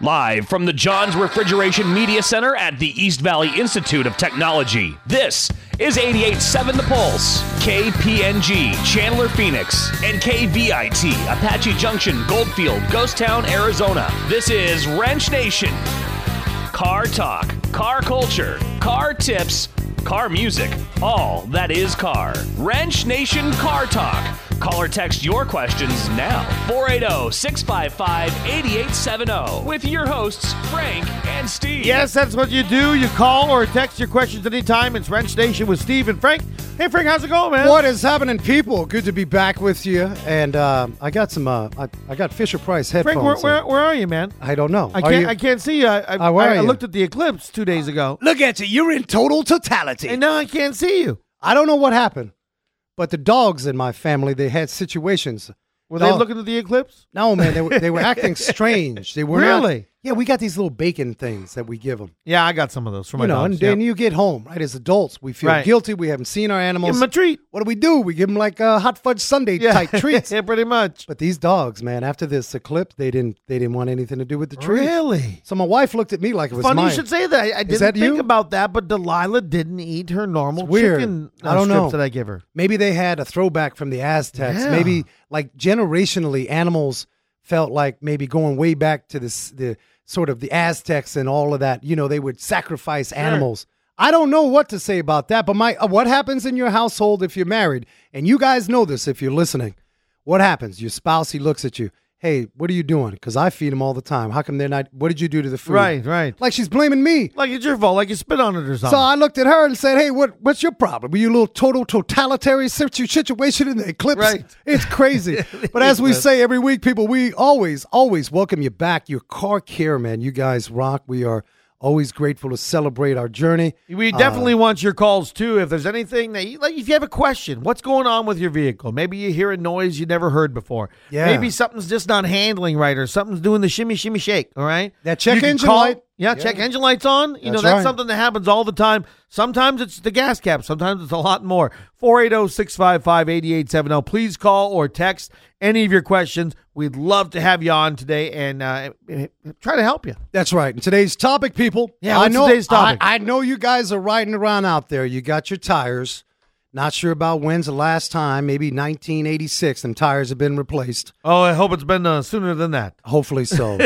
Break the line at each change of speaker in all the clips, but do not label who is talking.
Live from the Johns Refrigeration Media Center at the East Valley Institute of Technology, this is 88.7 The Pulse, KPNG, Chandler, Phoenix, and KVIT, Apache Junction, Goldfield, Ghost Town, Arizona. This is Ranch Nation. Car talk, car culture, car tips, car music, all that is car. Ranch Nation Car Talk. Call or text your questions now. oh, 480 655 8870 with your hosts, Frank and Steve.
Yes, that's what you do. You call or text your questions anytime. It's Wrench Nation with Steve and Frank. Hey, Frank, how's it going, man?
What is happening, people? Good to be back with you. And uh, I got some. Uh, I, I got Fisher Price headphones.
Frank, where,
in.
where, where are you, man?
I don't know.
I
Are
can't.
you-
I can't see you. I, I,
Uh, where
I-
are
I
you?
looked at the eclipse two days ago,
Look at you. You're in total totality.
and now I can't see you.
I don't know what happened, but the dogs in my family they had situations.
Were they
Dog-
looking at the eclipse?
No, man, they were, they were acting strange. They were not-
Really?
yeah, we got these little bacon things that we give them.
Yeah, I got some of those for Oh my
You know,
dogs.
and then you get home, right? As adults, we feel
Right.
guilty. We haven't seen our
Give
animals.
'em a treat.
what do we do? We give them like uh, hot fudge sundae type treats.
yeah, pretty much.
But these dogs, man, after this eclipse, they didn't they didn't want anything to do with the treats.
Really?
So my wife looked at me like it was
Funny
mine.
you should say that. I, I didn't
that
think
you?
about that, but Delilah didn't eat her normal
It's weird.
chicken uh,
I don't
strips
know.
that I give her.
Maybe they had a throwback from the Aztecs.
Yeah.
Maybe like generationally, animals felt like maybe going way back to this the sort of the Aztecs and all of that. You know, they would sacrifice animals. I don't know what to say about that, but my uh, what happens in your household if you're married, and you guys know this if you're listening. What happens? Your spouse he looks at you. Hey, what are you doing? Because I feed them all the time. How come they're not? What did you do to the food?
Right, right.
Like she's blaming me.
Like it's your fault. Like you spit on it or
So
something.
I looked at her and said, "Hey, what what's your problem? Were you a little total totalitarian situ- situation in the eclipse?
Right.
It's crazy." but as we say every week, people, we always always welcome you back. Your car care, man. You guys rock. We are always grateful to celebrate our journey.
We definitely want your calls too. If there's anything that, you, like, if you have a question, what's going on with your vehicle? Maybe you hear a noise you never heard before.
Yeah.
Maybe something's just not handling right, or something's doing the shimmy, shimmy, shake. All right.
That check
You can
engine
call-
light.
Yeah, check engine lights on. You know
That's
that's
right.
something that happens all the time. Sometimes it's the gas cap. Sometimes it's a lot more. oh, 480-655-8870. oh. Please call or text any of your questions. We'd love to have you on today and uh, try to help you.
That's right. And today's topic, people.
Yeah,
I
what's
know.
today's topic?
I, I know you guys are riding around out there. You got your tires. Not sure about when's the last time. Maybe 1986. And tires have been replaced.
Oh, I hope it's been uh, sooner than that.
Hopefully so.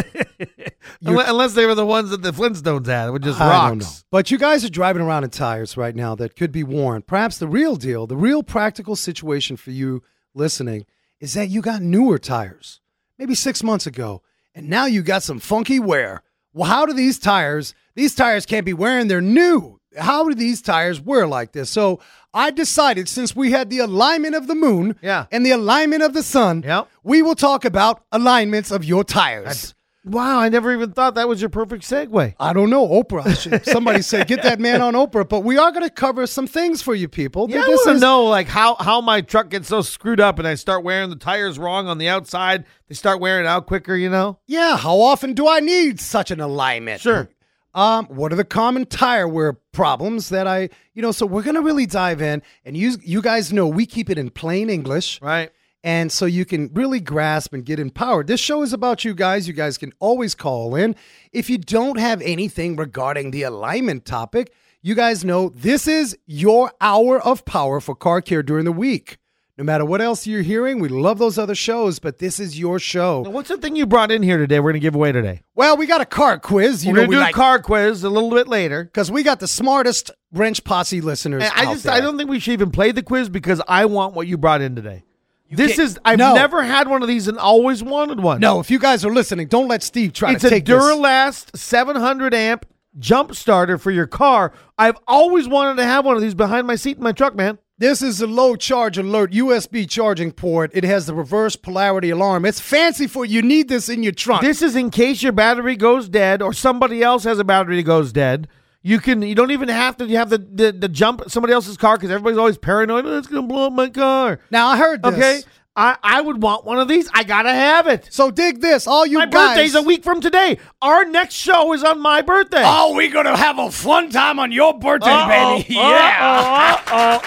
Unless, unless they were the ones that the Flintstones had, which is
I
rocks.
don't know. But you guys are driving around in tires right now that could be worn. Perhaps the real deal, the real practical situation for you listening is that you got newer tires, maybe six months ago, and now you got some funky wear. Well, how do these tires, these tires can't be wearing, they're new. How do these tires wear like this? So I decided since we had the alignment of the moon
Yeah.
and the alignment of the sun,
Yep.
we will talk about alignments of your tires.
Wow, I never even thought that was your perfect segue.
I don't know, Oprah. Should- Somebody said, get that man on Oprah. But we are going to cover some things for you people.
Yeah, I
This
want to
is-
know like how how my truck gets so screwed up, and I start wearing the tires wrong on the outside. They start wearing out quicker, you know.
yeah, how often do I need such an alignment?
Sure.
Um, what are the common tire wear problems that I, you know, so we're going to really dive in. And you, you guys know we keep it in plain English.
Right.
And so you can really grasp and get empowered. This show is about you guys. You guys can always call in. If you don't have anything regarding the alignment topic, you guys know this is your hour of power for car care during the week. No matter what else you're hearing, we love those other shows, but this is your
Now,
show.
what's the thing you brought in here today? We're gonna give away today.
Well, we got a car quiz. You
We're
know,
gonna
we
do a
like,
car quiz a little bit later.
because we got the smartest wrench posse listeners.
And I
out
just
there.
I don't think we should even play the quiz because I want what you brought in today. this
can't-
is I've
No.
never had one of these and always wanted one.
No, if you guys are listening, don't let Steve try
It's
to
a
take this.
Duralast 700 amp jump starter for your car. I've always wanted to have one of these behind my seat in my truck, man.
This is a low charge alert USB charging port. It has the reverse polarity alarm. It's fancy for you need this in your trunk.
This is in case your battery goes dead or somebody else has a battery that goes dead. You can you don't even have to you have the the, the jump somebody else's car because everybody's always paranoid. Oh, it's gonna blow up my car.
now I heard this.
Okay, I I would want one of these. I gotta have it.
So dig this, all you
My
guys.
birthday's a week from today. Our next show is on my birthday.
Oh, we're going to have a fun time on your birthday, baby.
yeah.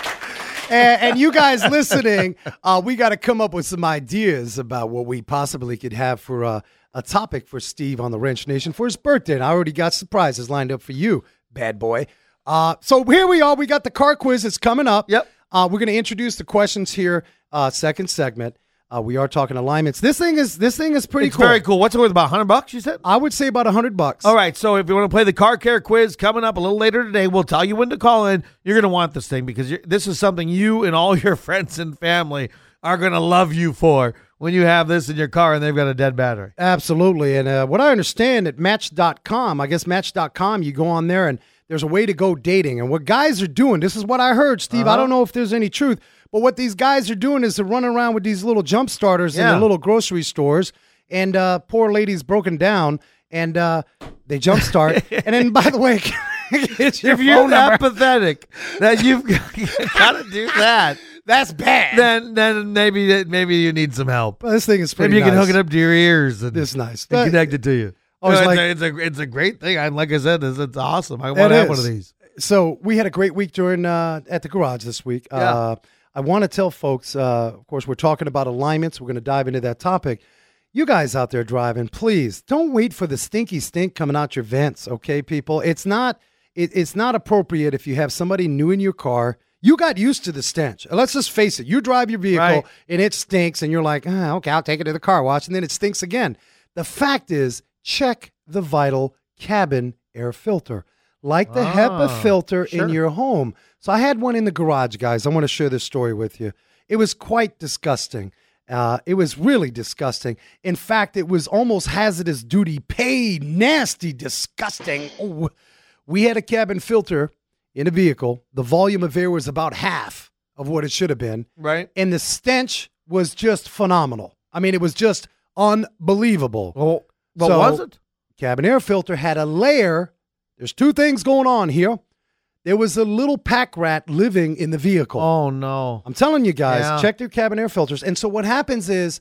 and, and you guys listening, uh, we got to come up with some ideas about what we possibly could have for uh, a topic for Steve on the Wrench Nation for his birthday. And I already got surprises lined up for you, bad boy. Uh, so here we are. We got the car quiz. It's coming up.
Yep.
Uh, we're going to introduce the questions here. Uh, second segment. Uh, we are talking alignments. This thing is this thing is pretty
It's very cool. What's it worth? About hundred bucks? You said.
I would say about a hundred bucks.
All right. So if you want to play the car care quiz coming up a little later today, we'll tell you when to call in. You're going to want this thing because you're, this is something you and all your friends and family are going to love you for when you have this in your car and they've got a dead battery.
Absolutely. And uh, what I understand at Match.com, I guess Match.com, you go on there and there's a way to go dating. And what guys are doing, this is what I heard, Steve.
Uh-huh.
I don't know if there's any truth, but what these guys are doing is they're running around with these little jump starters in
Yeah.
the little grocery stores, and uh, poor ladies broken down, and uh, they jump start. and then, by the way, it's your
If you're
phone number.
that pathetic that you've got to do that,
That's bad.
then then maybe that- maybe you need some help.
Well, this thing is pretty
Maybe you can
nice.
hook it up to your ears and
It's nice.
and
But-
connect it to you.
I was
No,
like-
it's, a, it's a it's a great thing. I like I said, it's, it's awesome. I
It
want to have one
is.
of these.
So we had a great week during uh, at the garage this week. Uh, I want to tell folks, uh, of course, we're talking about alignments. We're going to dive into that topic. You guys out there driving, please don't wait for the stinky stink coming out your vents. Okay, people, it's not it, it's not appropriate if you have somebody new in your car. You got used to the stench. Let's just face it. You drive your vehicle
Right.
and it stinks, and you're like, ah, okay, I'll take it to the car wash, and then it stinks again. The fact is, check the vital cabin air filter. Like the HEPA filter in your home. So I had one in the garage, guys. I want to share this story with you. It was quite disgusting. Uh, it was really disgusting. In fact, it was almost hazardous duty paid, nasty, disgusting. Oh, we had a cabin filter in a vehicle. The volume of air was about half of what it should have been
Right.
and the stench was just phenomenal. I mean, it was just unbelievable.
Well, what
So-
was it?
Cabin air filter had a layer. There's two things going on here. There was a little pack rat living in the vehicle.
Oh no.
I'm telling you guys,
Yeah.
check their cabin air filters. And so what happens is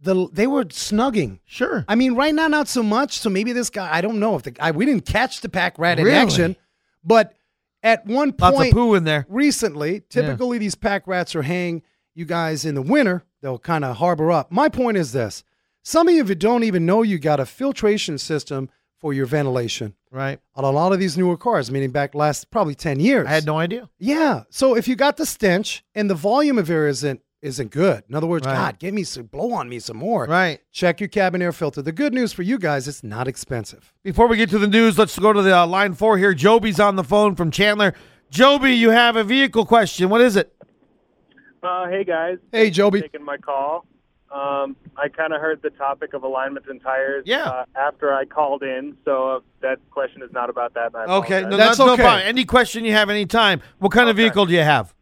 the they were snugging.
Sure.
I mean, right now not so much. So maybe this guy, I don't know if the guy we didn't catch the pack rat
Really?
in action, but at one point
Lots of poo in there.
recently, typically these pack rats are hang you guys in the winter. They'll kind of harbor up. My point is this some of you don't even know you got a filtration system for your ventilation
Right.
on a lot of these newer cars, meaning back last probably 10 years.
I had no idea.
yeah. So if you got the stench and the volume of air isn't isn't good. In other words,
Right.
God, give me some blow on me some more.
Right.
Check your cabin air filter. The good news for you guys, it's not expensive.
Before we get to the news, let's go to the uh, line four here. Joby's on the phone from Chandler. Joby, you have a vehicle question. What is it?
Uh, hey guys,
Hey, Joby.
taking my call. Um, I kind of heard the topic of alignments and tires.
Yeah.
Uh, after I called in, so uh, that question is not about that. and I
Okay,
apologize.
no, that's
That's
no
okay.
problem. Any question you have, any time. What kind of
Okay.
vehicle do you have?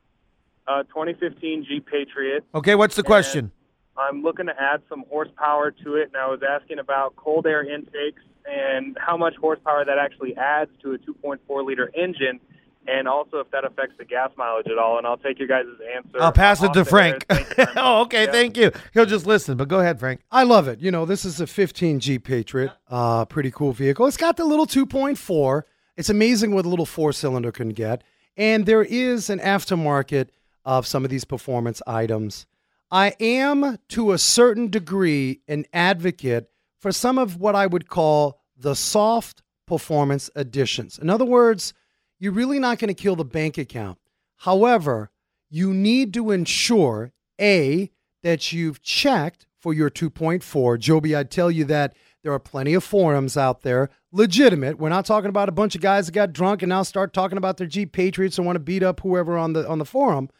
Uh, 2015 Jeep Patriot.
Okay, what's the
Uh,
question?
I'm looking to add some horsepower to it, and I was asking about cold air intakes and how much horsepower that actually adds to a 2.4 liter engine, and also if that affects the gas mileage at all. And I'll take your guys' answer.
I'll pass it
off
to
the air.
Frank.
Thank you very much.
oh, okay,
Yeah.
thank you. He'll just listen, but go ahead, Frank.
I love it. You know, this is a 15 Jeep Patriot. Uh, pretty cool vehicle. It's got the little 2.4. It's amazing what a little four cylinder can get. And there is an aftermarket of some of these performance items. I am, to a certain degree, an advocate for some of what I would call the soft performance additions. In other words, you're really not going to kill the bank account. However, you need to ensure A, that you've checked for your 2.4. Joby, I'd tell you that there are plenty of forums out there, legitimate. We're not talking about a bunch of guys that got drunk and now start talking about their Jeep Patriots and want to beat up whoever on the on the forum,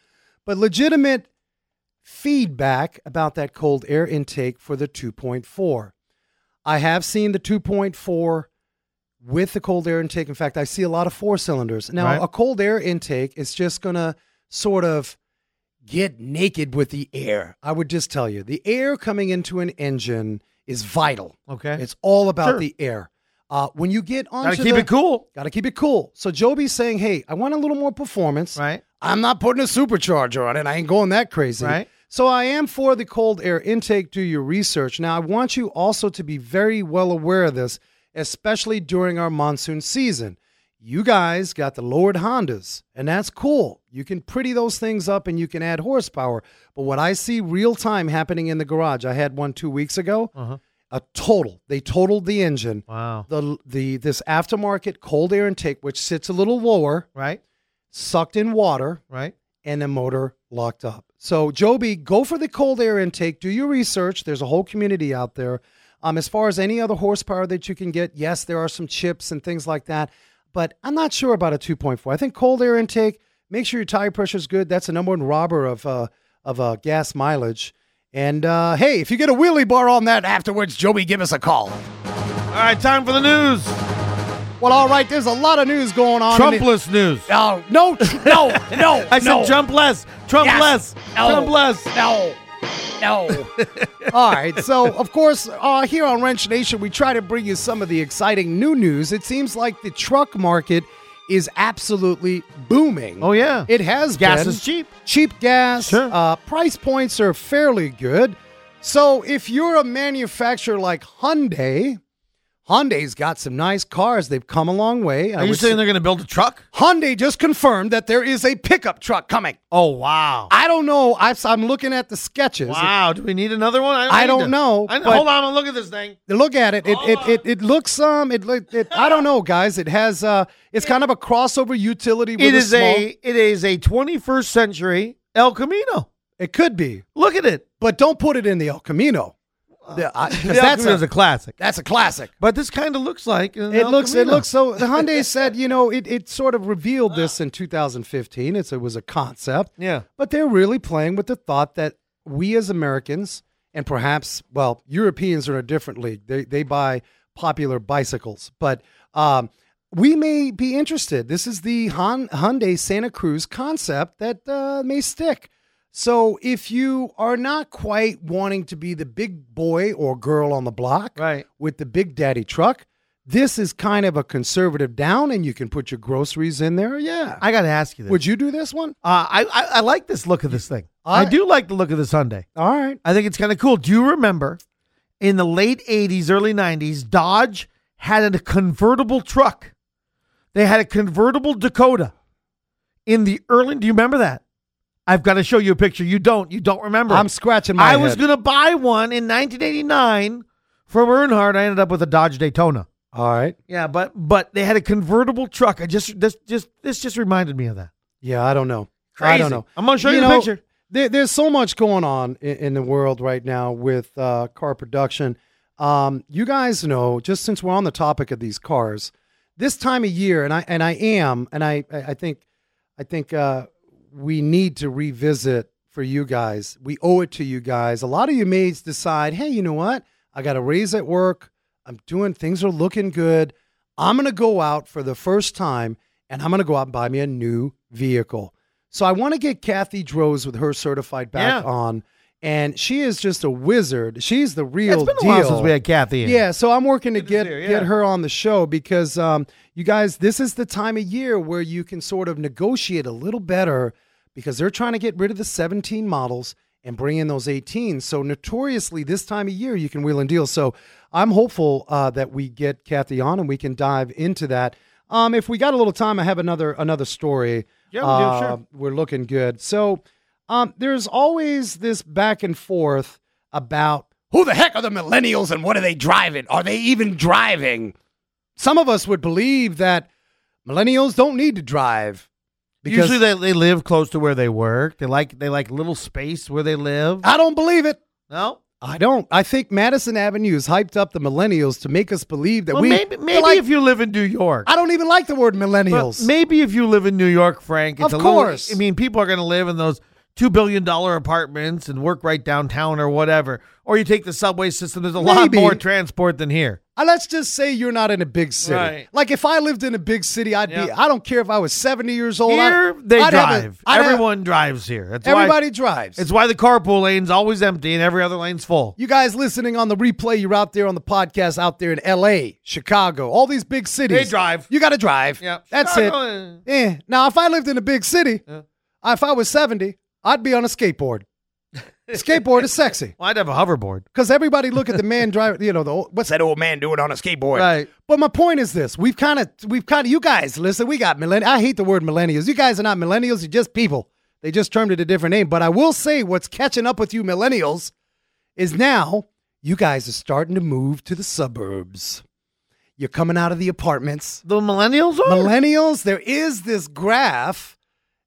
but legitimate feedback about that cold air intake for the 2.4. I have seen the 2.4 with the cold air intake. In fact, I see a lot of four cylinders. Now,
Right.
a cold air intake is just going to sort of get naked with the air. I would just tell you the air coming into an engine is vital.
Okay.
It's all about
Sure.
the air. Uh, when you get on,
Gotta keep it cool.
Got to keep it cool. So Joby's saying, "Hey, I want a little more performance.
Right.
I'm not putting a supercharger on it. I ain't going that crazy.
Right.
So I am for the cold air intake. Do your research. Now I want you also to be very well aware of this, especially during our monsoon season. You guys got the lowered Hondas, and that's cool. You can pretty those things up and you can add horsepower. But what I see real time happening in the garage, I had one two weeks ago. a total. They totaled the engine.
Uh-huh. Wow.
The the this aftermarket cold air intake, which sits a little lower,
Right.
sucked in water,
Right.
and the motor locked up. So, Joby, go for the cold air intake. Do your research. There's a whole community out there. Um, as far as any other horsepower that you can get, yes, there are some chips and things like that, but I'm not sure about a 2.4. I think cold air intake. Make sure your tire pressure is good. That's the number one robber of uh, of uh, gas mileage. And uh, hey, if you get a wheelie bar on that afterwards, Joby, give us a call.
All right. Time for the news.
Well, all right. There's a lot of news going on. in the-
Trumpless news.
Oh, no, tr- no, no.
I said
no.
Trump less. Trump less.
No.
Trump less.
No. No. All right. So, of course, uh, here on Wrench Nation, we try to bring you some of the exciting new news. It seems like the truck market is absolutely booming.
Oh, yeah.
It has
Gas
been.
is cheap.
Cheap gas.
Sure.
Uh, price points are fairly good. So, if you're a manufacturer like Hyundai, Hyundai's got some nice cars. They've come a long way. I
Are you
would
saying
say-
they're going to build a truck?
Hyundai just confirmed that there is a pickup truck coming.
Oh wow.
I don't know. I, am looking at the sketches.
Wow. Do we need another one?
I
need
don't
to-
know,
I,
but-
hold on. I'm look at this thing.
Look at it. It it, it, it looks um. It, look- it I don't know, guys. It has uh. It's kind of a crossover utility. With
It is
small,
a it is a 21st century El Camino.
It could be,
Look at it.
but don't put it in the El Camino. The- I- 'cause
The El
that's
Camino's
a,
a classic.
that's a classic.
But this kind of looks like an
It
El
looks. It
Camino.
looks so. The Hyundai said, you know, it, it sort of revealed this in 2015. It's, it was a concept.
Yeah.
But they're really playing with the thought that we as Americans and perhaps, well, Europeans are in a different league. They, they buy popular bicycles, but um, we may be interested. This is the Han, Hyundai Santa Cruz concept that uh, may stick. So if you are not quite wanting to be the big boy or girl on the block
Right.
with the big daddy truck, this is kind of a conservative down, and you can put your groceries in there. Yeah.
I got to ask you this.
Would you do this one?
uh, I, I I like this look of this thing. I,
I-
do like the look of this Hyundai.
All right.
I think it's kind of cool. Do you remember in the late 80s, early 90s, Dodge had a convertible truck? They had a convertible Dakota in the early. Do you remember that? I've got to show you a picture. You don't. You don't remember.
I'm scratching my
I was
head.
going to buy one in 1989 from Earnhardt. I ended up with a Dodge Daytona.
All right.
Yeah, but but they had a convertible truck. I just this just this just reminded me of that.
Yeah, I don't know.
Crazy.
I don't know.
I'm gonna show you the
know,
picture.
There, there's so much going on in, in the world right now with uh, car production. Um, you guys know, just since we're on the topic of these cars, this time of year, and I and I am, and I I I think I think uh, we need to revisit for you guys. We owe it to you guys. A lot of you maids decide, hey, you know what? I got a raise at work. I'm doing things are looking good. I'm gonna go out for the first time, and I'm gonna go out and buy me a new vehicle. So I want to get Kathy Droz with her certified back
Yeah.
on, and she is just a wizard. She's the
Yeah,
real
it's been
deal.
a while since we had Kathy. in.
Yeah, so I'm working to
to
get
hear, yeah.
get her on the show because um, you guys, this is the time of year where you can sort of negotiate a little better because they're trying to get rid of the 17 models and bring in those 18. So notoriously, this time of year you can wheel and deal. So I'm hopeful uh, that we get Kathy on and we can dive into that. Um, if we got a little time, I have another another story.
Yeah, we do, sure.
Uh, we're looking good. So um, there's always this back and forth about
Who the heck are the millennials and what are they driving? Are they even driving?
some of us would believe that millennials don't need to drive because
Usually they, they live close to where they work. They like they like little space where they live.
I don't believe it.
No,
I don't. I think Madison Avenue has hyped up the millennials to make us believe that
well
we
maybe maybe
like,
if you live in New York,
I don't even like the word
But
millennials.
maybe if you live in New York, Frank. It's
Of
a little-
course.
I mean, people are going to live in those two billion dollar apartments and work right downtown or whatever. Or you take the subway system. There's a lot
Maybe.
more transport than here.
Uh, Let's just say you're not in a big city.
Right.
Like if I lived in a big city, I'd be.
Yeah.
I don't care if I was 70 years old. I-
Here they
I'd have a-
drive.
I'd have-
Everyone drives here. That's
everybody
Why,
drives.
it's why the carpool lane's always empty and every other lane's full.
you guys listening on the replay, you're out there on the podcast, out there in L.A., Chicago, all these big cities.
They drive.
You got to drive.
Yeah.
That's it.
Chicago,
Yeah. Now, if I lived in a big city, if I was 70, I'd be on a skateboard. skateboard is sexy
Well, I'd have a hoverboard.
because everybody look at the man driving, you know, the old, what's
What's that old man doing on a skateboard?
Right.
But my point is this: we've kind of, we've kind of, you guys listen. We got millennials. I hate the word millennials. You guys are not millennials. You're just people. They just termed it a different name. But I will say, what's catching up with you millennials is now you guys are starting to move to the suburbs. You're coming out of the apartments.
The millennials are?
Millennials, there is this graph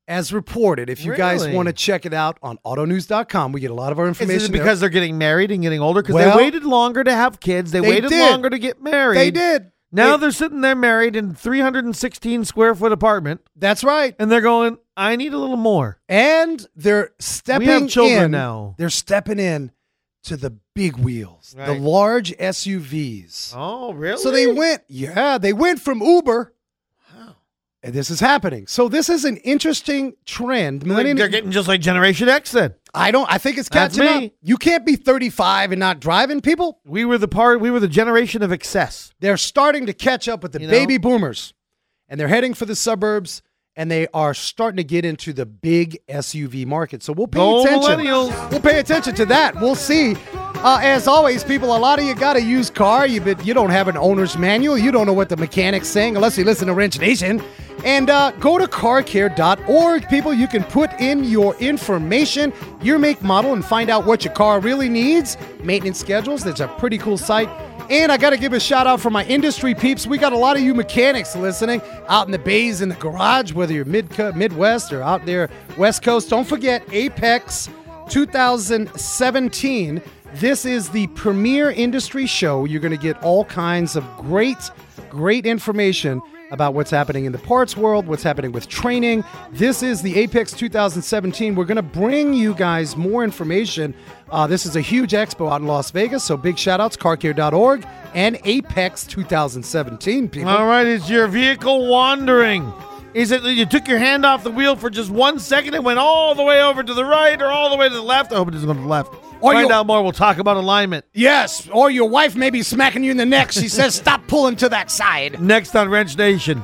as reported. If you guys
Really?
want to check it out on autonews.com, we get a lot of our information.
Is it
there.
because they're getting married and getting older? Because
Well,
they waited longer to have kids. They,
they
waited
did.
longer to get married.
they did?
Now
They-
they're sitting there married in 316 square foot apartment,
that's right.
and they're going, "I need a little more."
And they're stepping
children
in
now.
They're stepping in to the big wheels, the
Right.
large SUVs.
Oh, really?
So they went, yeah, they went from Uber. And this is happening. So this is an interesting trend.
Like, They're
Millennium-
getting just like Generation X. Then
I don't. I think it's
That's
catching
me.
up. You can't be 35 and not driving. People,
we were the part. We were the generation of excess.
they're starting to catch up with the
You know?
baby boomers, and they're heading for the suburbs, and they are starting to get into the big SUV market. So we'll pay
Go
attention.
millennials.
We'll pay attention to that. We'll see. Uh, as always, people, a lot of you got a used car, you but you don't have an owner's manual. You don't know what the mechanic's saying unless you listen to Wrench Nation. And uh, go to carcare.org, people. You can put in your information, your make, model, and find out what your car really needs. Maintenance schedules. That's a pretty cool site. And I got to give a shout out for my industry peeps. We got a lot of you mechanics listening out in the bays, in the garage, whether you're mid Midwest or out there West Coast. Don't forget Apex 2017. This is the premier industry show. You're going to get all kinds of great, great information about what's happening in the parts world, what's happening with training. This is the Apex 2017. We're going to bring you guys more information. Uh, this is a huge expo out in Las Vegas, so big shout outs, carcare.org and Apex 2017, people.
All right, is your vehicle wandering? Is it that you took your hand off the wheel for just one second and went all the way over to the right or all the way to the left? I hope it doesn't go to the left.
Or
Find
you-
out more. We'll talk about alignment
Yes, or your wife may be smacking you in the neck. She says, stop pulling to that side.
next on Wrench Nation.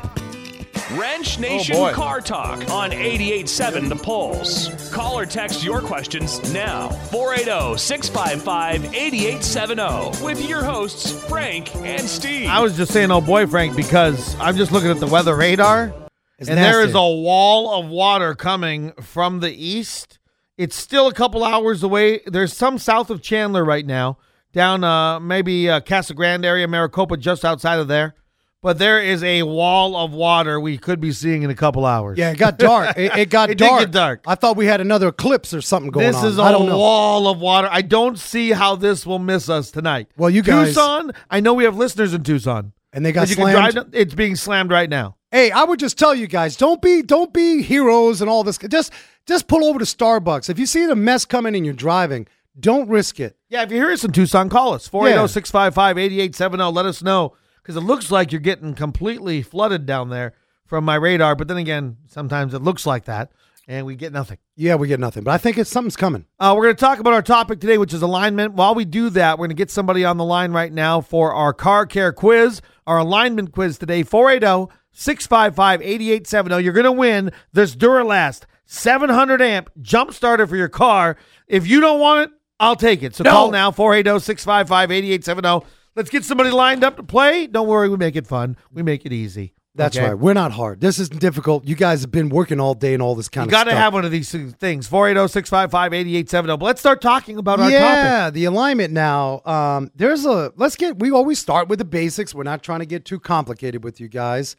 Wrench Nation Car Talk on 887 The Pulse. Call or text your questions now. oh, 480 655 8870 with your hosts, Frank and Steve.
I was just saying, oh boy, Frank, because I'm just looking at the weather radar,
It's
and there
nasty.
is a wall of water coming from the east. It's still a couple hours away. There's some south of Chandler right now, down uh, maybe uh, Casa Grande area, Maricopa, just outside of there. But there is a wall of water we could be seeing in a couple hours.
Yeah, it got dark. It, it got
It did
dark.
get dark.
I thought we had another eclipse or something going
This
on.
is a
I don't know.
wall of water. I don't see how this will miss us tonight.
Well, you guys-
Tucson. I know we have listeners in Tucson,
And they got
'Cause you can
slammed.
drive down- it's being slammed right now.
Hey, I would just tell you guys, don't be don't be heroes and all this. Just just pull over to Starbucks. If you see the mess coming and you're driving, don't risk it.
Yeah, if you hear us in Tucson, call us 480 655 8870. oh. Let us know because it looks like you're getting completely flooded down there from my radar. But then again, sometimes it looks like that and we get nothing.
Yeah, we get nothing, but I think it's something's coming.
Uh, we're going to talk about our topic today, which is alignment. While we do that, we're going to get somebody on the line right now for our car care quiz, our alignment quiz today 480 655 8870. You're going to win this Duralast 700 amp jump starter for your car. If you don't want it, I'll take it. So call now 480 655 8870. Let's get somebody lined up to play. Don't worry, we make it fun, we make it easy.
That's
Okay?
right. We're not hard. This isn't difficult. You guys have been working all day and all this kind
You
of
got
stuff.
to have one of these things 480 655 8870. But let's start talking about our topic.
yeah, the alignment now. Um, there's a let's get. We always start with the basics. We're not trying to get too complicated with you guys.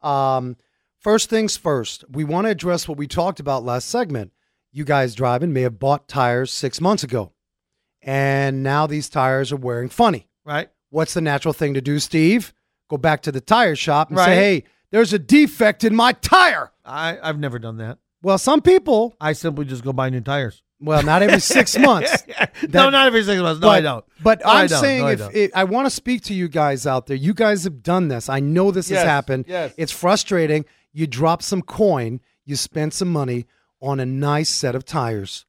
Um, first things first. We want to address what we talked about last segment. You guys driving may have bought tires six months ago, and now these tires are wearing funny
Right?
what's the natural thing to do, Steve? Go back to the tire shop and
Right.
say, hey, there's a defect in my tire.
I, I've never done that.
Well, some people,
I simply just go buy new tires.
well, not every six months.
no,
That-
not every six months. No,
but,
I don't.
But
No, I
I'm
don't.
saying
No, I
if
don't.
it, I want to speak to you guys out there, you guys have done this. I know this
Yes,
has happened.
yes.
It's frustrating. You drop some coin, you spend some money on a nice set of tires,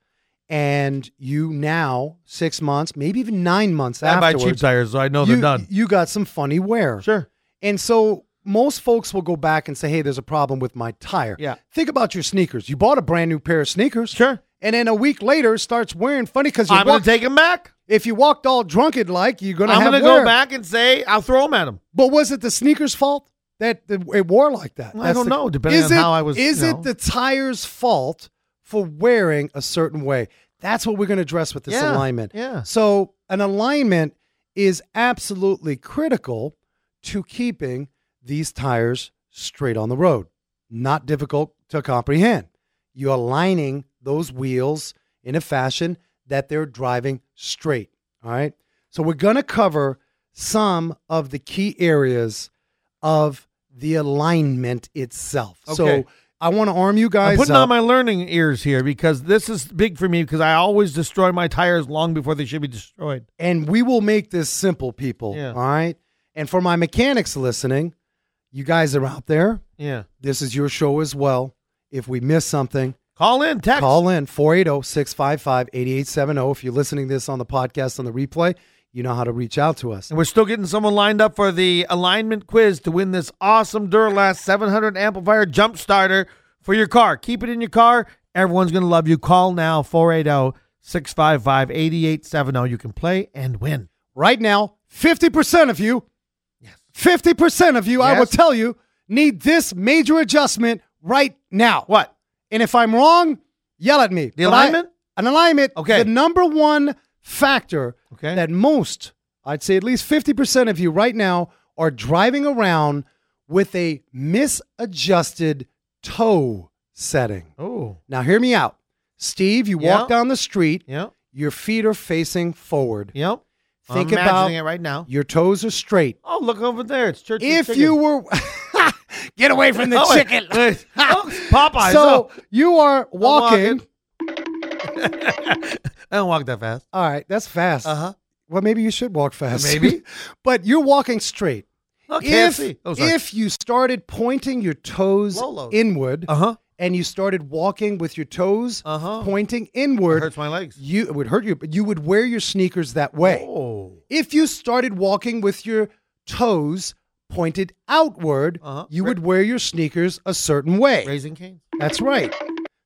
and you now six months, maybe even nine months
I buy
afterwards,
cheap tires, so I know
you-
they're done.
You got some funny wear.
Sure.
And so most folks will go back and say, hey, there's a problem with my tire.
Yeah.
Think about your sneakers. You bought a brand new pair of sneakers.
Sure.
And then a week later it starts wearing funny because
I'm going to take them back.
if you walked all drunken like, you're going to
I'm
have
going to
wear.
go back and say I'll throw them at them.
But was it the sneakers' fault that the- it wore like that?
Well, I
That's
don't
the-
know, depending
is
on
it-
how I was,
Is
you
it
know.
the tire's fault for wearing a certain way? That's what we're going to address with this
Yeah,
alignment.
yeah.
So an alignment is absolutely critical to keeping these tires straight on the road. Not difficult to comprehend. You're aligning those wheels in a fashion that they're driving straight. All right. So we're going to cover some of the key areas of the alignment itself. So
Okay.
I want to arm you guys.
I'm putting
up.
on my learning ears here because this is big for me because I always destroy my tires long before they should be destroyed.
and we will make this simple, people.
Yeah.
All right. And for my mechanics listening, you guys are out there.
Yeah.
This is your show as well. If we miss something,
Call in, text.
call in oh, 480 655 8870. oh. If you're listening to this on the podcast on the replay, you know how to reach out to us.
And we're still getting someone lined up for the alignment quiz to win this awesome Duralast 700 amplifier jump starter for your car. Keep it in your car. Everyone's going to love you. Call now 480 655 8870. You can play and win.
Right now, 50% of you, 50% of you, I will
Yes.
tell you, need this major adjustment right now.
What?
And if I'm wrong, yell at me.
The
But I-
alignment?
an alignment.
Okay.
The number one factor
Okay.
that most, I'd say at least 50% of you right now are driving around with a misadjusted toe setting.
Oh,
Now, hear me out. Steve, you
Yeah.
walk down the street,
yep.
your feet are facing forward.
Yep.
Think
I'm imagining it
about-
right now.
Your toes are straight.
Oh, look over there. It's church.
If you were
Get away from the
oh, wait.
chicken.
Wait. Oh, Popeyes.
so
oh.
you are
walking.
walking.
I don't walk that fast.
All right, that's fast.
Uh-huh.
Well, maybe you should walk fast.
Maybe.
but you're walking straight.
Look,
if,
KFC. Oh, sorry.
if you started pointing your toes
Lolos.
inward
uh-huh.
and you started walking with your toes
Uh-huh.
pointing inward,
hurts my legs.
you it would hurt you. But you would wear your sneakers that way.
Oh.
If you started walking with your toes pointed outward,
Uh-huh.
you
Ra-
would wear your sneakers a certain way.
Raising cane.
That's right.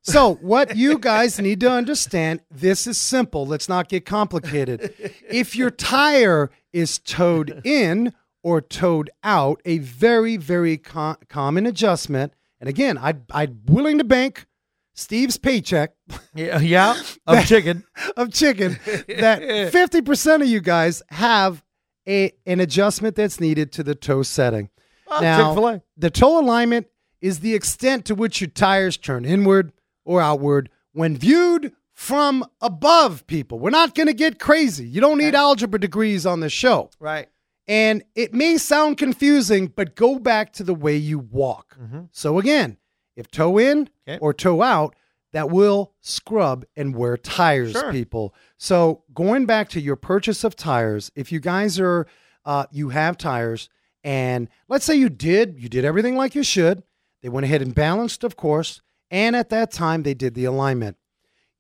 So, what you guys need to understand this is simple. Let's not get complicated. If your tire is towed in or towed out, a very, very co- common adjustment. And again, I'd, I'd willing to bank Steve's paycheck
Yeah, yeah of chicken.
of chicken that 50% of you guys have a, an adjustment that's needed to the toe setting.
Oh,
Now,
Chick-fil-A.
the toe alignment is the extent to which your tires turn inward or outward when viewed from above, people. We're not going to get crazy. You don't need algebra degrees on this show.
Right.
And it may sound confusing, but go back to the way you walk. So, again, if toe in
Mm-hmm. Okay.
or toe out, that will scrub and wear tires,
Sure.
people. So, going back to your purchase of tires, if you guys are, uh, you have tires, and let's say you did, you did everything like you should, they went ahead and balanced, of course, and at that time they did the alignment.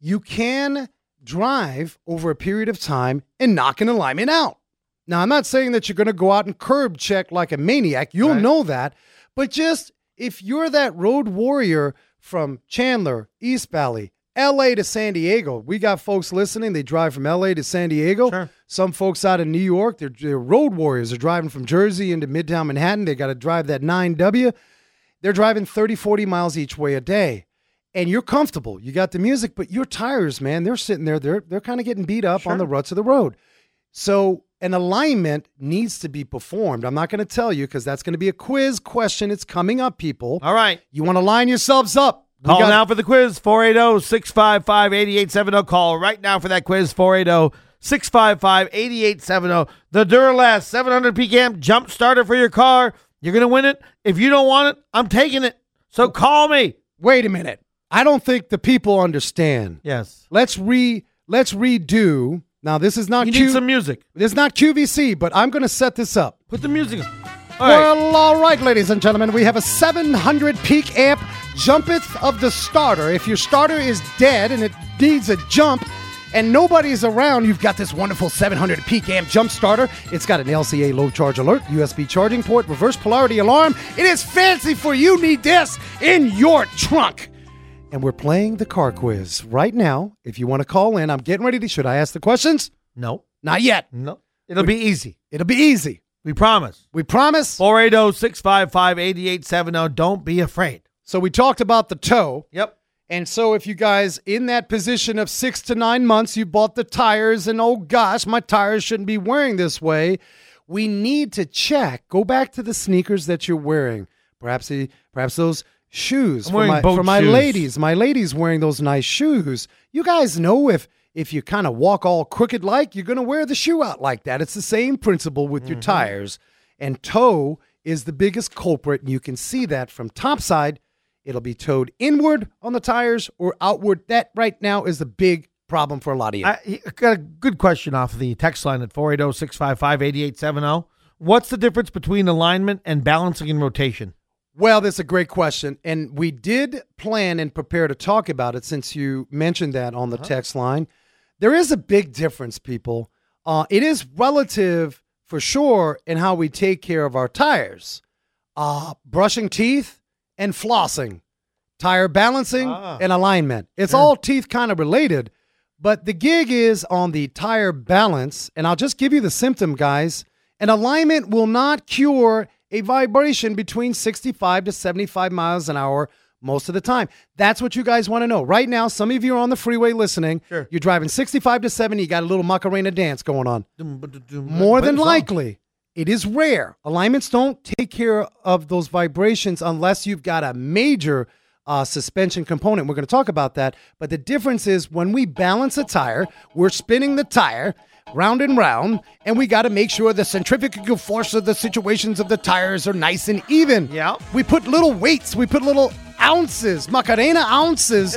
You can drive over a period of time and knock an alignment out. Now, I'm not saying that you're going to go out and curb check like a maniac. You'll
Right.
know that. But just if you're that road warrior from Chandler, East Valley, LA to San Diego, we got folks listening. They drive from LA to San Diego.
Sure.
Some folks out in New York, they're, they're road warriors. They're driving from Jersey into Midtown Manhattan. They got to drive that 9W. They're driving 30, 40 miles each way a day. And you're comfortable. You got the music, but your tires, man, they're sitting there. They're, they're kind of getting beat up on the ruts of the road. So an alignment needs to be performed. I'm not going to tell you because that's going to be a quiz question. It's coming up, people.
All right.
You want to line yourselves up. We
Call
got-
now for the quiz oh, 480 655 8870. oh. Call right now for that quiz oh, 480 655 8870. oh. The Duralast 700 PCAM jump starter for your car. You're going to win it. If you don't want it, I'm taking it. So call me.
Wait a minute. I don't think the people understand.
Yes.
Let's re let's redo. Now this is not
You
Q,
need some music.
this is not QVC, but I'm going to set this up.
Put the music on. All right.
Well, all right, ladies and gentlemen, we have a 700 peak amp jumpeth of the starter. If your starter is dead and it needs a jump and nobody's around, you've got this wonderful 700 peak amp jump starter. It's got an LCA low charge alert, USB charging port, reverse polarity alarm. It is fancy for you need this in your trunk. And we're playing the car quiz right now. If you want to call in, I'm getting ready to. Should I ask the questions?
No,
Not yet.
no. It'll be easy.
It'll be easy.
We promise. oh,
We promise.
480 655 8870. oh. Don't be afraid.
So we talked about the toe.
Yep.
And so, if you guys in that position of six to nine months, you bought the tires, and oh gosh, my tires shouldn't be wearing this way. We need to check. Go back to the sneakers that you're wearing. Perhaps, the, perhaps those shoes
I'm
for
wearing
my,
boat
for my
shoes.
ladies. My ladies wearing those nice shoes. You guys know if if you kind of walk all crooked like, you're going to wear the shoe out like that. It's the same principle with your tires. And toe is the biggest culprit, and you can see that from topside. It'll be towed inward on the tires or outward. That right now is the big problem for a lot of you.
I, I got a good question off the text line at oh, 480 655 8870. oh. What's the difference between alignment and balancing and rotation?
Well, that's a great question. And we did plan and prepare to talk about it since you mentioned that on the text line. There is a big difference, people. Uh, it is relative for sure in how we take care of our tires uh, brushing teeth and flossing, tire balancing
Ah.
and alignment. It's all teeth kind of related, but the gig is on the tire balance. And I'll just give you the symptom, guys. An alignment will not cure a vibration between 65 to 75 miles an hour most of the time. That's what you guys want to know. Right now, some of you are on the freeway listening.
Sure.
You're driving 65 to 70, you got a little Macarena dance going on. More than likely, it is rare. Alignments don't take care of those vibrations unless you've got a major uh, suspension component. We're going to talk about that. But the difference is when we balance a tire, we're spinning the tire round and round, and we got to make sure the centrifugal force of the situations of the tires are nice and even.
Yeah.
We put little weights, we put little ounces, Macarena ounces,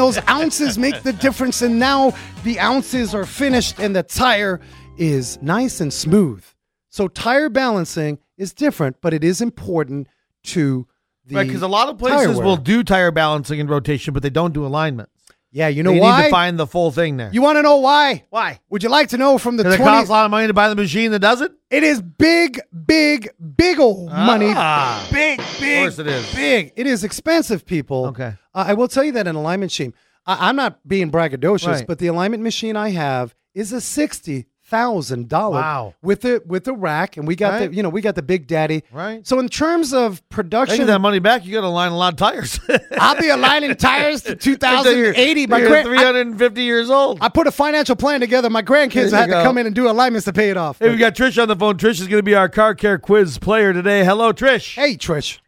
those ounces make the difference. And now the ounces are finished and the tire is nice and smooth. So tire balancing is different, but it is important to the
Right, because a lot of
tire
places
wear.
will do tire balancing and rotation, but they don't do alignment.
Yeah, you know
they
why?
need to find the full thing there.
you want to know why?
Why?
Would you like to know from the
Because it
20s?
costs a lot of money to buy the machine that does it?
It is big, big, big old money.
Ah.
Big, big.
course it is.
Big. It is expensive, people.
Okay.
Uh, I will tell you that an alignment machine, I, I'm not being braggadocious,
Right.
but the alignment machine I have is a sixty thousand dollar
Wow.
with the with the rack, and we got
Right.
the you know we got the big daddy.
Right.
So in terms of
They get
production,
that money back, you got to line a lot of tires.
I'll be aligning tires to two thousand eighty. My
You're
grand- I,
350 years old.
I put a financial plan together. My grandkids
There you
had
go.
to come in and do alignments to pay it off.
hey, we got Trish on the phone. Trish is going to be our car care quiz player today. Hello, Trish.
hey, Trish.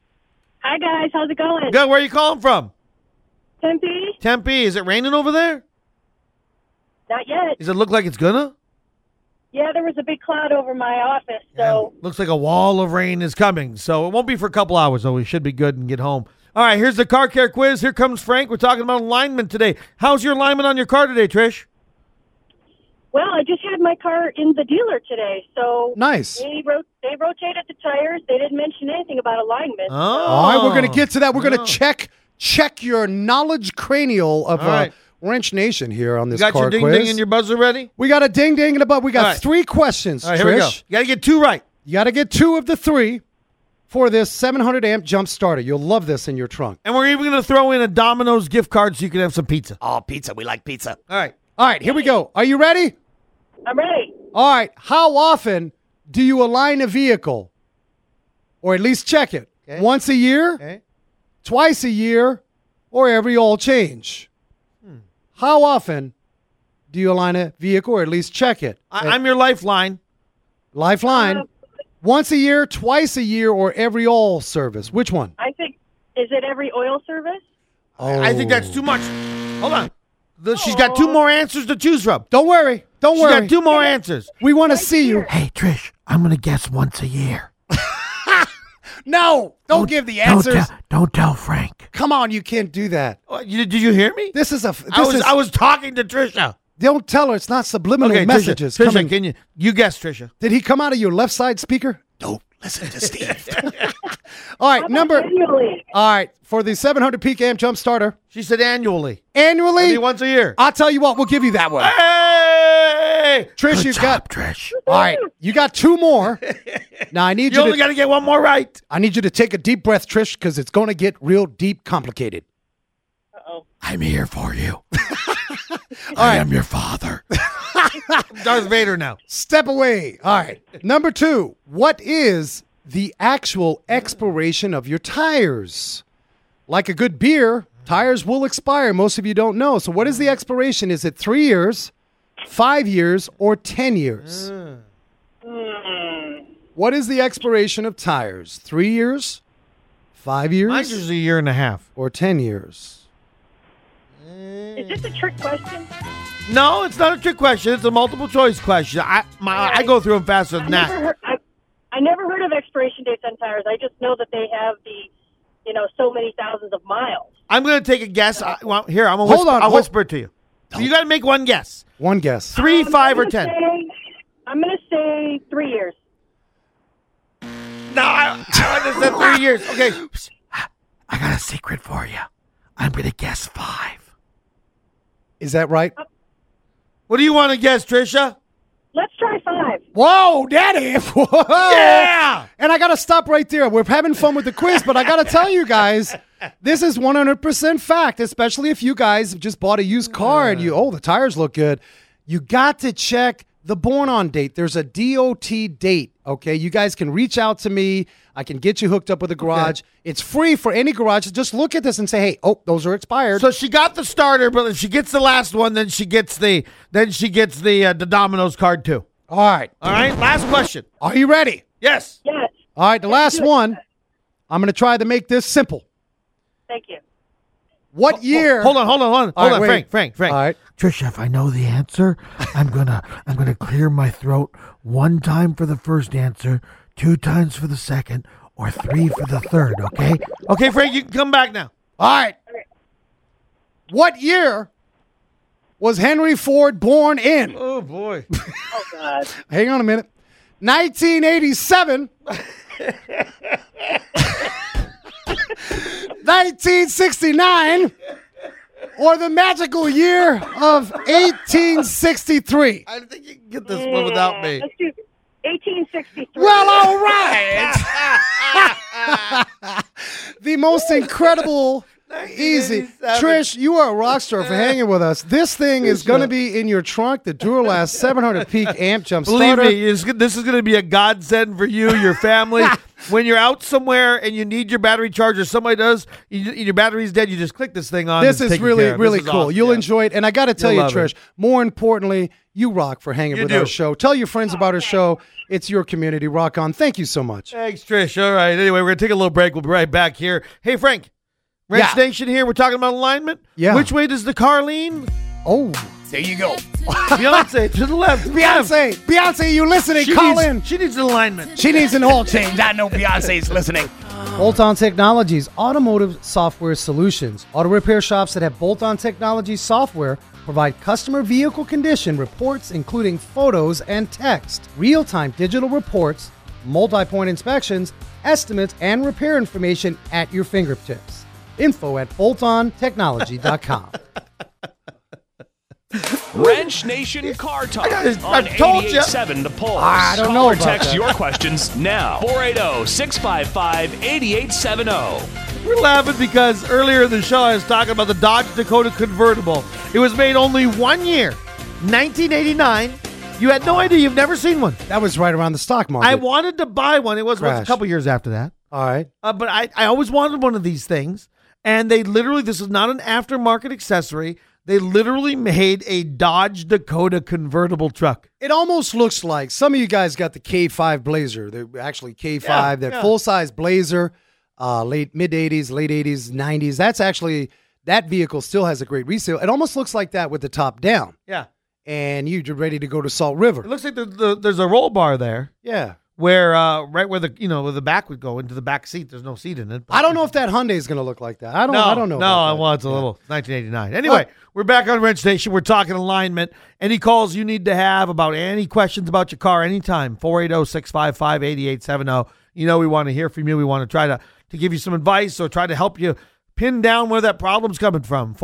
Hi guys, how's it going?
Good. Where are you calling from?
Tempe?
Tempe. Is it raining over there?
Not yet.
Does it look like it's gonna?
Yeah, there was a big cloud over my office, so
Looks like a wall of rain is coming. So it won't be for a couple hours, though. We should be good and get home. All right, here's the car care quiz. Here comes Frank. We're talking about alignment today. How's your alignment on your car today, Trish?
well, I just had my car in the dealer today, so
Nice.
they ro- they rotated the tires. They didn't mention anything about alignment.
Oh.
All right, we're going to get to that. We're going to
Oh.
check check your knowledge cranial of uh,
right.
Wrench Nation here on
You
this
got
car
your ding
quiz.
ding and your buzzer ready?
we got a ding ding and a butt. We got
All right.
three questions,
All right, here we go.
Trish.
You got to get two right.
You got to get two of the three for this 700 amp jump starter. You'll love this in your trunk.
And we're even going to throw in a Domino's gift card so you can have some pizza. All
Oh, pizza. We like pizza.
right.
All right, here we go. Are you ready?
I'm ready.
All right. How often do you align a vehicle, or at least check it? Once a year,
Okay.
twice a year, or every oil change?
Hmm.
How often do you align a vehicle, or at least check it?
I- Uh, I'm your lifeline.
Lifeline. Once a year, twice a year, or every oil service. Which one?
I think is it every oil service?
Oh.
I think that's too much. Hold on. The- she's got two more answers to choose from.
Don't worry. Don't
She's
worry.
got two more answers.
we want to see you.
Hey, Trish, I'm going to guess once a year.
No, don't, give the answers.
don't tell Frank.
Come on, you can't do that.
did you hear me?
This is a. This
I was
is,
I was talking to Trisha.
don't tell her it's not subliminal
Okay,
messages.
Trisha,
coming.
Trisha can you you guess Trisha?
Did he come out of your left side speaker?
Don't listen to Steve.
All right,
How about
number.
annually?
All right, for the 700 peak amp jump starter
She said annually,
annually.
Maybe once a year.
I'll tell you what, we'll give you that one.
Hey,
Trish, you got
Trish.
all right. You got two more. now I need
You
you.
only
to,
got to get one more right.
I need you to take a deep breath, Trish, because it's going to get real deep, complicated.
I'm here for you. I am your father.
Darth Vader now.
Step away. All right. Number two. What is the actual expiration of your tires? Like a good beer, Tires will expire. Most of you don't know. So, what is the expiration? Is it three years, five years, or 10 years? What is the expiration of tires? Three years, five years,
Mine's usually a year and a half.
or 10 years?
Is this a trick question?
No, it's not a trick question. It's a multiple choice question. I my, I go through them faster
I
than
never,
that.
heard, I, I never heard of expiration dates on tires. I just know that they have the, you know, so many thousands of miles.
I'm going to take a guess. I, well, here, I'm going to
Hold
whisper,
on,
I'll
hold-
whisper it to you. You got to make one guess.
One guess.
Three, five, or
I'm gonna
ten.
say- I'm going to say three years.
No, I, I just said three years. Okay.
I got a secret for you. I'm gonna guess five.
Is that right?
What do you want to guess, Trisha?
Let's try five.
Whoa, daddy. Whoa.
Yeah.
And I got to stop right there. We're having fun with the quiz, but I got to tell you guys, this is 100% fact, especially if you guys just bought a used car and you, oh, the tires look good. You got to check the born on date. There's a DOT date, okay? You guys can reach out to me. I can get you hooked up with a garage. It's free for any garage. Just look at this and say, hey, oh, those are expired.
So she got the starter, but if she gets the last one, then she gets the then she gets the uh, the Domino's card too.
All right.
All right. Last question.
Are you ready?
Yes.
Yes.
All right, the last one. I'm going to try to make this simple.
Thank you.
What year?
Hold on. Hold on. Hold on.
All
Hold
right,
on.
wait.
Frank. Frank. Frank.
All right.
Trisha, if I know the answer, I'm gonna I'm gonna clear my throat one time for the first answer, two times for the second, or three for the third. Okay?
Okay, Frank. You can come back now.
All right. What year was Henry Ford born in?
Oh boy.
Oh, God.
Hang on a minute. 1987. 1969 or the magical year of 1863.
I think you can get this one without me.
Let's do 1863.
Well, all right. the most incredible, easy.
1987.
Trish, you are a rock star for hanging with us. This thing is going to be in your trunk, the Duralast 700 Peak Amp Jump
Believe
Starter.
me, it's, this is going to be a godsend for you, your family. when you're out somewhere and you need your battery charger, somebody does, you, your battery's dead, you just click this thing on.
This
it's
is
taken
really,
care of. This
really
is
cool.
awesome.
You'll
Yeah.
enjoy it. And I got to tell
You'll
you,
love
Trish,
it.
more importantly, you rock for hanging
You
with
do.
our show. Tell your friends about our show. It's your community. Rock on. Thank you so much.
Thanks, Trish. All right. Anyway, we're going to take a little break. We'll be right back here. Hey, Frank. Ranch
Yeah.
Nation here. We're talking about alignment.
Yeah.
Which way does the car lean?
Oh,
There you go.
Beyonce, to the left.
Beyonce, Beyonce, you listening?
She
Call
needs,
in.
She needs an alignment.
She needs an oil change. I know Beyonce's listening.
Bolt-on Technologies automotive software solutions. Auto repair shops that have bolt-on technology software provide customer vehicle condition reports including photos and text, real-time digital reports, multi-point inspections, estimates and repair information at your fingertips. Info at boltontechnology.com.
Wrench Nation Car Talk
I
on
told ya.
887 The Pulse.
I don't
Call
know
or
about
text
that.
your questions now. oh, 480-655-8870.
We're laughing because earlier in the show, I was talking about the Dodge Dakota convertible. It was made only one year, 1989. You had no idea. You've never seen one.
That was right around the stock market.
I wanted to buy one. It was was a
Crash.
couple years after that.
All right.
Uh, but I, I always wanted one of these things. And they literally, this is not an aftermarket accessory. They literally made a Dodge Dakota convertible truck.
It almost looks like some of you guys got the K5 Blazer. They're actually K5,
Yeah,
that
yeah.
full size Blazer, uh, late mid 80s, late 80s, 90s. That's actually, that vehicle still has a great resale. It almost looks like that with the top down.
Yeah.
And you're ready to go to Salt River.
It looks like the, the, there's a roll bar there
yeah.
where, uh, right where the, you know, where the back would go into the back seat. There's no seat in it. but-
I don't know if that Hyundai is going to look like that. I don't,
No,
I don't know. about
No,
that.
well, it's a little 1989. Anyway, we're back on Wrench Station. We're talking alignment. Any calls you need to have about any questions about your car anytime, 480-655-8870. You know we want to hear from you. We want to try to, to give you some advice or try to help you pin down where that problem's coming from,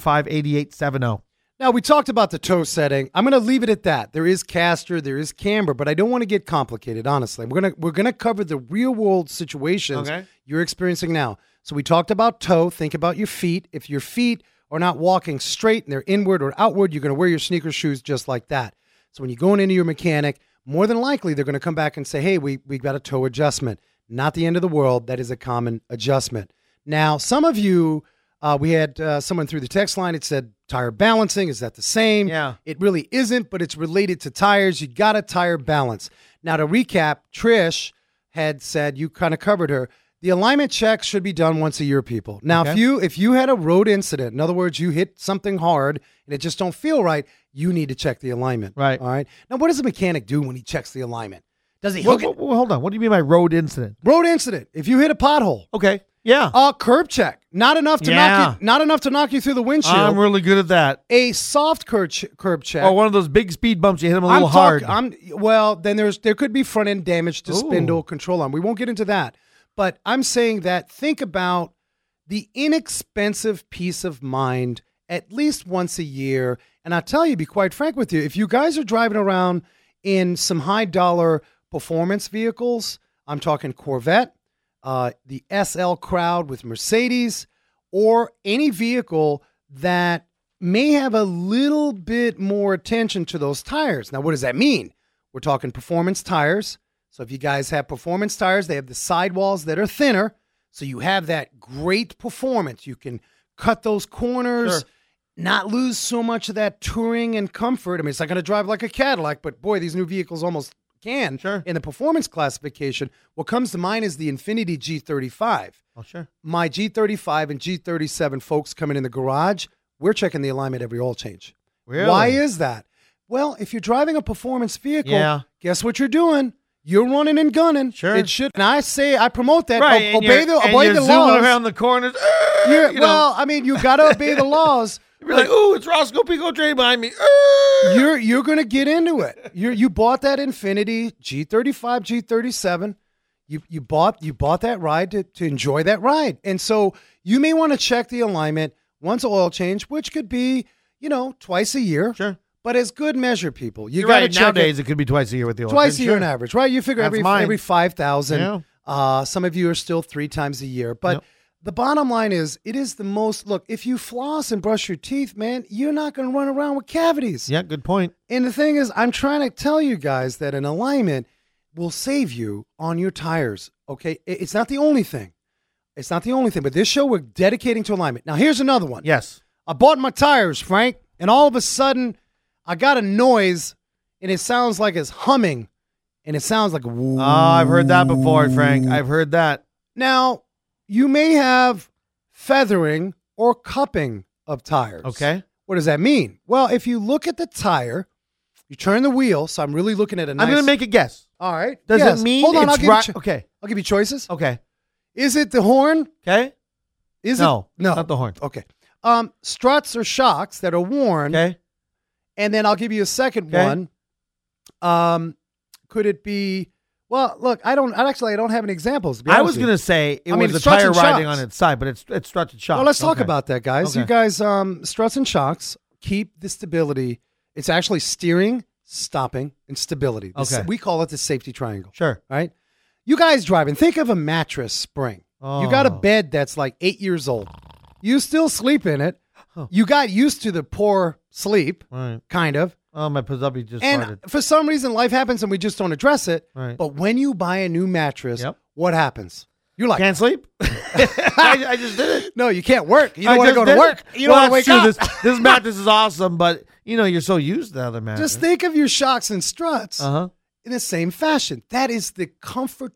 480-655-8870.
Now, we talked about the toe setting. I'm going to leave it at that. There is caster, there is camber, but I don't want to get complicated, honestly. We're going to we're going to cover the real-world situations
Okay.
you're experiencing now. So we talked about toe, think about your feet. If your feet are not walking straight and they're inward or outward, you're going to wear your sneaker shoes just like that. So when you're going into your mechanic, more than likely they're going to come back and say, "Hey, we we got a toe adjustment." Not the end of the world. That is a common adjustment. Now, some of you Uh, we had uh, someone through the text line. It said tire balancing. Is that the same?
Yeah.
It really isn't, but it's related to tires. You got to tire balance. Now, to recap, Trish had said you kind of covered her. The alignment check should be done once a year, people. Now, if you if you had a road incident, in other words, you hit something hard and it just don't feel right, you need to check the alignment.
Right.
All right. Now, what does a mechanic do when he checks the alignment? Does he
Whoa,
hook
whoa,
it?
whoa, hold on. What do you mean by road incident?
Road incident. If you hit a pothole,
Okay. Yeah.
a curb check, not enough to
Yeah.
knock you, not enough to knock you through the windshield.
I'm Oh, really good at that.
a soft curb ch- curb check.
Or one of those big speed bumps you hit them a
I'm
little
talk-
hard.
I'm well. Then there's there could be front end damage to
Ooh.
spindle control arm. We won't get into that, but I'm saying that think about the inexpensive peace of mind at least once a year. And I tell you, be quite frank with you, if you guys are driving around in some high dollar performance vehicles, I'm talking Corvette, uh, the SL crowd with Mercedes, or any vehicle that may have a little bit more attention to those tires. Now, what does that mean? We're talking performance tires. So, if you guys have performance tires, they have the sidewalls that are thinner. So, you have that great performance. You can cut those corners,
Sure.
not lose so much of that touring and comfort. I mean, it's not going to drive like a Cadillac, but boy, these new vehicles almost can
Sure.
in the performance classification. What comes to mind is the Infinity G35
oh, sure.
my G35 and G37 folks coming in the garage, we're checking the alignment every oil change.
Really?
Why is that? Well, if you're driving a performance vehicle,
Yeah.
guess what you're doing? You're running and gunning.
Sure.
It should. And I say I promote that.
Right.
O-
and
obey
you're-
the
and
obey
you're
the
zooming
laws.
around the corners.
You're-
you know.
well, I mean, you gotta obey the laws.
You're like, ooh, it's Roscoe Pico train behind me. Uh,
You're you're gonna get into it. You you bought that Infinity G35, G37. You you bought you bought that ride to, to enjoy that ride. And so you may want to check the alignment once oil change, which could be, you know, twice a year.
Sure.
But as good measure, people. You
You're
gotta
right.
check
Nowadays,
it
it could be twice a year with the oil
twice a
change.
year on
Sure.
average, right? You figure
That's
every
mine.
every five thousand.
Yeah.
Uh, some of you are still three times a year, but
Yep.
the bottom line is, it is the most. Look, if you floss and brush your teeth, man, you're not going to run around with cavities.
Yeah, good point.
And the thing is, I'm trying to tell you guys that an alignment will save you on your tires. Okay. I- It's not the only thing. It's not the only thing, but this show we're dedicating to alignment. Now, here's another one.
Yes.
I bought my tires, Frank, and all of a sudden I got a noise and it sounds like it's humming and it sounds like woo.
Oh, I've heard that before, Frank. I've heard that.
Now, you may have feathering or cupping of tires.
Okay.
What does that mean? Well, if you look at the tire, you turn the wheel, so I'm really looking at a nice
I'm going to make a guess.
All right.
Does
Yes.
it mean
Hold on,
it's
I'll give
right?
you cho-
okay. Oh.
I'll give you choices.
Okay.
Is it the horn?
Okay.
Is
no.
it No.
Not the horn.
Okay. Um struts or shocks that are worn.
Okay.
And then I'll give you a second
Okay.
one. Um, could it be? Well, look, I don't. I actually, I don't have any examples. To be
I
honest
was
with
going
you.
to say it
I mean,
was the
struts
tire
and
riding
shocks.
on its side, but it's it's struts and shocks.
Well, let's talk
Okay.
about that, guys.
Okay.
You guys, um, struts and shocks keep the stability. It's actually steering, stopping, and stability. This-
Okay.
We call it the safety triangle.
Sure.
Right. You guys driving, think of a mattress spring. You got a
Oh.
bed that's like eight years old. You still sleep in it. You got used to the poor sleep,
All right.
kind of.
Oh, my Pazubi just
And
farted.
for some reason, life happens and we just don't address it.
Right.
But when you buy a new mattress,
Yep.
what happens? You're like,
Can't sleep. I, I just did it.
no, you can't work. You
I
don't want to
just
go to
did
work.
it.
You
well,
don't want
that's
to wake up.
true. This, this mattress is awesome, but you know you're so used to the other mattress.
Just think of your shocks and struts
Uh huh.
in the same fashion. That is the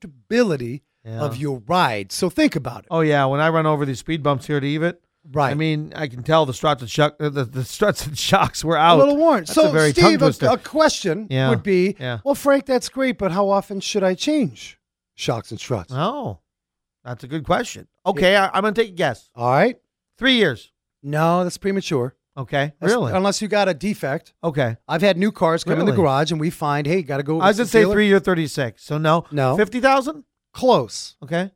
comfortability
Yeah.
of your ride. So think about it.
Oh yeah, when I run over these speed bumps here to Evit,
Right.
I mean, I can tell the struts and shuck, uh, the, the struts and shocks were out.
a little worn.
That's
so
a very tongue
Steve,
twister.
a, a question
Yeah.
would be,
Yeah.
well, Frank, that's great, but how often should I change shocks and struts?
oh, that's a good question. Okay, I, I'm gonna take a guess.
All right.
Three years.
No, that's premature.
Okay,
That's-
really?
Unless you got a defect.
okay.
I've had new cars come in the
Really?
garage and we find, hey, got to go.
I was
it's
gonna say
a dealer.
three year thirty six. So no,
No.
fifty thousand.
Close.
Okay,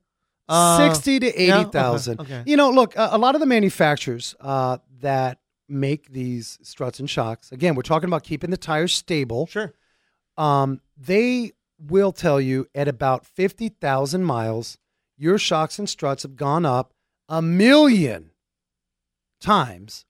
Uh,
60 to
yeah, okay,
80,000.
okay.
You know, look, a, a lot of the manufacturers uh, that make these struts and shocks, again, we're talking about keeping the tires stable.
Sure.
Um, they will tell you at about 50,000 miles, your shocks and struts have gone up a million times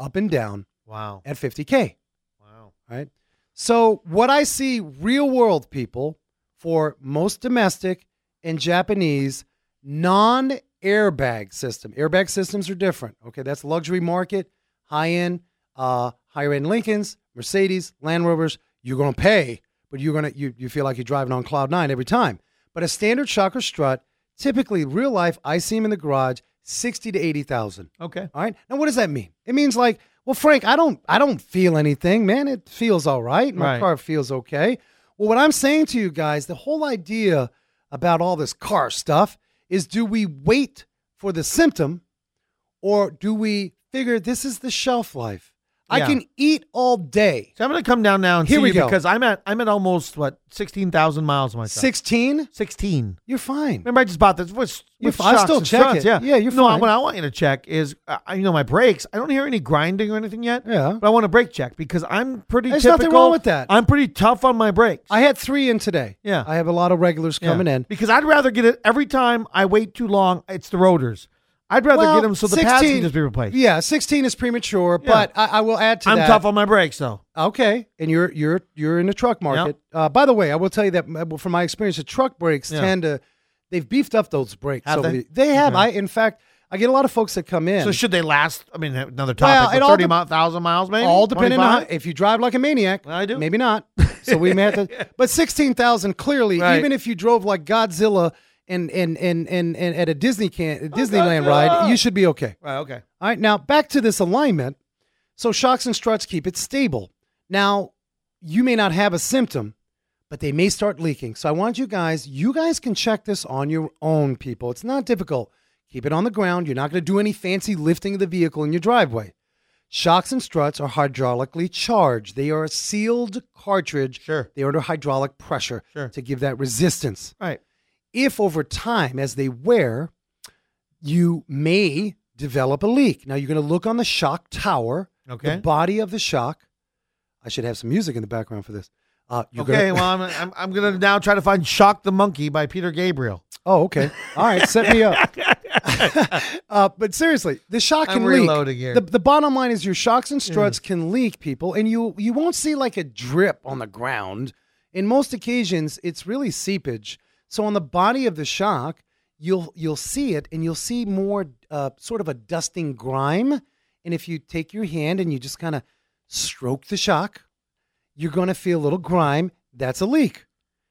up and down
Wow.
at 50K
Wow.
right? So what I see real world people for most domestic and Japanese non airbag system. Airbag systems are different. Okay, that's luxury market, high end, uh, higher end Lincolns, Mercedes, Land Rovers. You're gonna pay, but you're gonna you, you feel like you're driving on cloud nine every time. But a standard shock or strut, typically real life, I see them in the garage, sixty to eighty thousand.
Okay.
All right. Now, what does that mean? It means like, well, Frank, I don't, I don't feel anything, man. It feels all right. My
Right.
car feels okay. Well, what I'm saying to you guys, the whole idea about all this car stuff is: do we wait for the symptom, or do we figure this is the shelf life? I
Yeah.
can eat all day.
So I'm gonna come down now and
Here
see
we
you
go.
because I'm at I'm at almost what sixteen thousand miles myself.
Sixteen,
sixteen.
you're fine.
Remember, I just bought this with,
You're
with
fi- I
shocks
still
and
check
struts,
it.
Yeah,
Yeah, you're
no,
fine.
What I want you to check is, uh, I- you know, my brakes. I don't hear any grinding or anything yet.
Yeah.
but I want a brake check because I'm pretty.
There's
typical.
nothing wrong with that.
I'm pretty tough on my brakes.
I had three in today.
Yeah.
I have a lot of regulars
Yeah.
coming in.
because I'd rather get it every time I wait too long. It's the rotors. I'd rather
Well,
get them so the pads can
16
just be replaced.
Yeah, sixteen is premature,
Yeah.
but I, I will add to
I'm
that.
tough on my brakes though.
Okay, and you're you're you're in the truck market. Uh, by the way, I will tell you that uh, from my experience, the truck brakes
Yeah.
tend to they've beefed up those brakes.
Have
over
they?
the- they have.
Okay.
I in fact, I get a lot of folks that come in.
So should they last? I mean, another
Well,
topic.
it
but
all
Thirty
dep-
mi- thousand miles, maybe.
all depending on
25?
if you drive like a maniac.
Well, I do.
Maybe not. So we may have to. But sixteen thousand clearly,
Right.
even if you drove like Godzilla and and and and, and at a Disney can Disneyland ride,
Oh, Godzilla!
you should be okay.
Right. Okay.
All right, now back to this alignment. So shocks and struts keep it stable. Now, you may not have a symptom, but they may start leaking. So I want you guys, you guys can check this on your own, people. It's not difficult. Keep it on the ground. You're not going to do any fancy lifting of the vehicle in your driveway. Shocks and struts are hydraulically charged. They are a sealed cartridge.
Sure.
They are under hydraulic pressure
Sure.
to give that resistance
Right.
if over time as they wear you may develop a leak now you're going to look on the shock tower
Okay.
the body of the shock i should have some music in the background for this uh, you're
okay.
gonna-
well, I'm, I'm I'm gonna now try to find "Shock the Monkey" by Peter Gabriel.
oh okay all right set me up uh, but seriously the shock
I'm
can
reloading
leak
here. Mm.
The, the bottom line is your shocks and struts can leak people and you you won't see like a drip on the ground in most occasions it's really seepage so on the body of the shock you'll you'll see it and you'll see more uh, sort of a dusting grime and if you take your hand and you just kind of stroke the shock you're going to feel a little grime that's a leak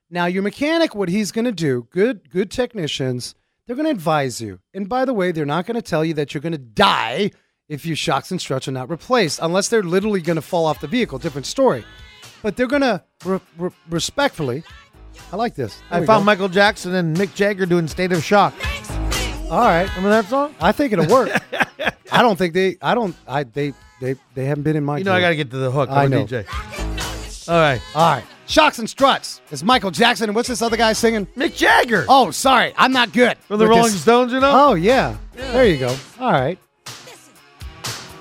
now your mechanic what he's going to do good good technicians they're going to advise you and by the way they're not going to tell you that you're going to die if your shocks and struts are not replaced unless they're literally going to fall off the vehicle different story but they're going to re- re- respectfully i like this There
I
we
found
go.
Michael Jackson and Mick Jagger doing "State of Shock."
all right
Remember that song?
I think it'll work. I don't think they. I don't. I they they they haven't been in my.
You know, I
group.
gotta get to the hook.
I
I'm a
know.
DJ. All right,
All right, shocks and struts. It's Michael Jackson and what's this other guy singing?
Mick Jagger
Oh, sorry, I'm not good.
from the
with
Rolling
this.
Stones. You know?
Oh yeah. There you go. All right.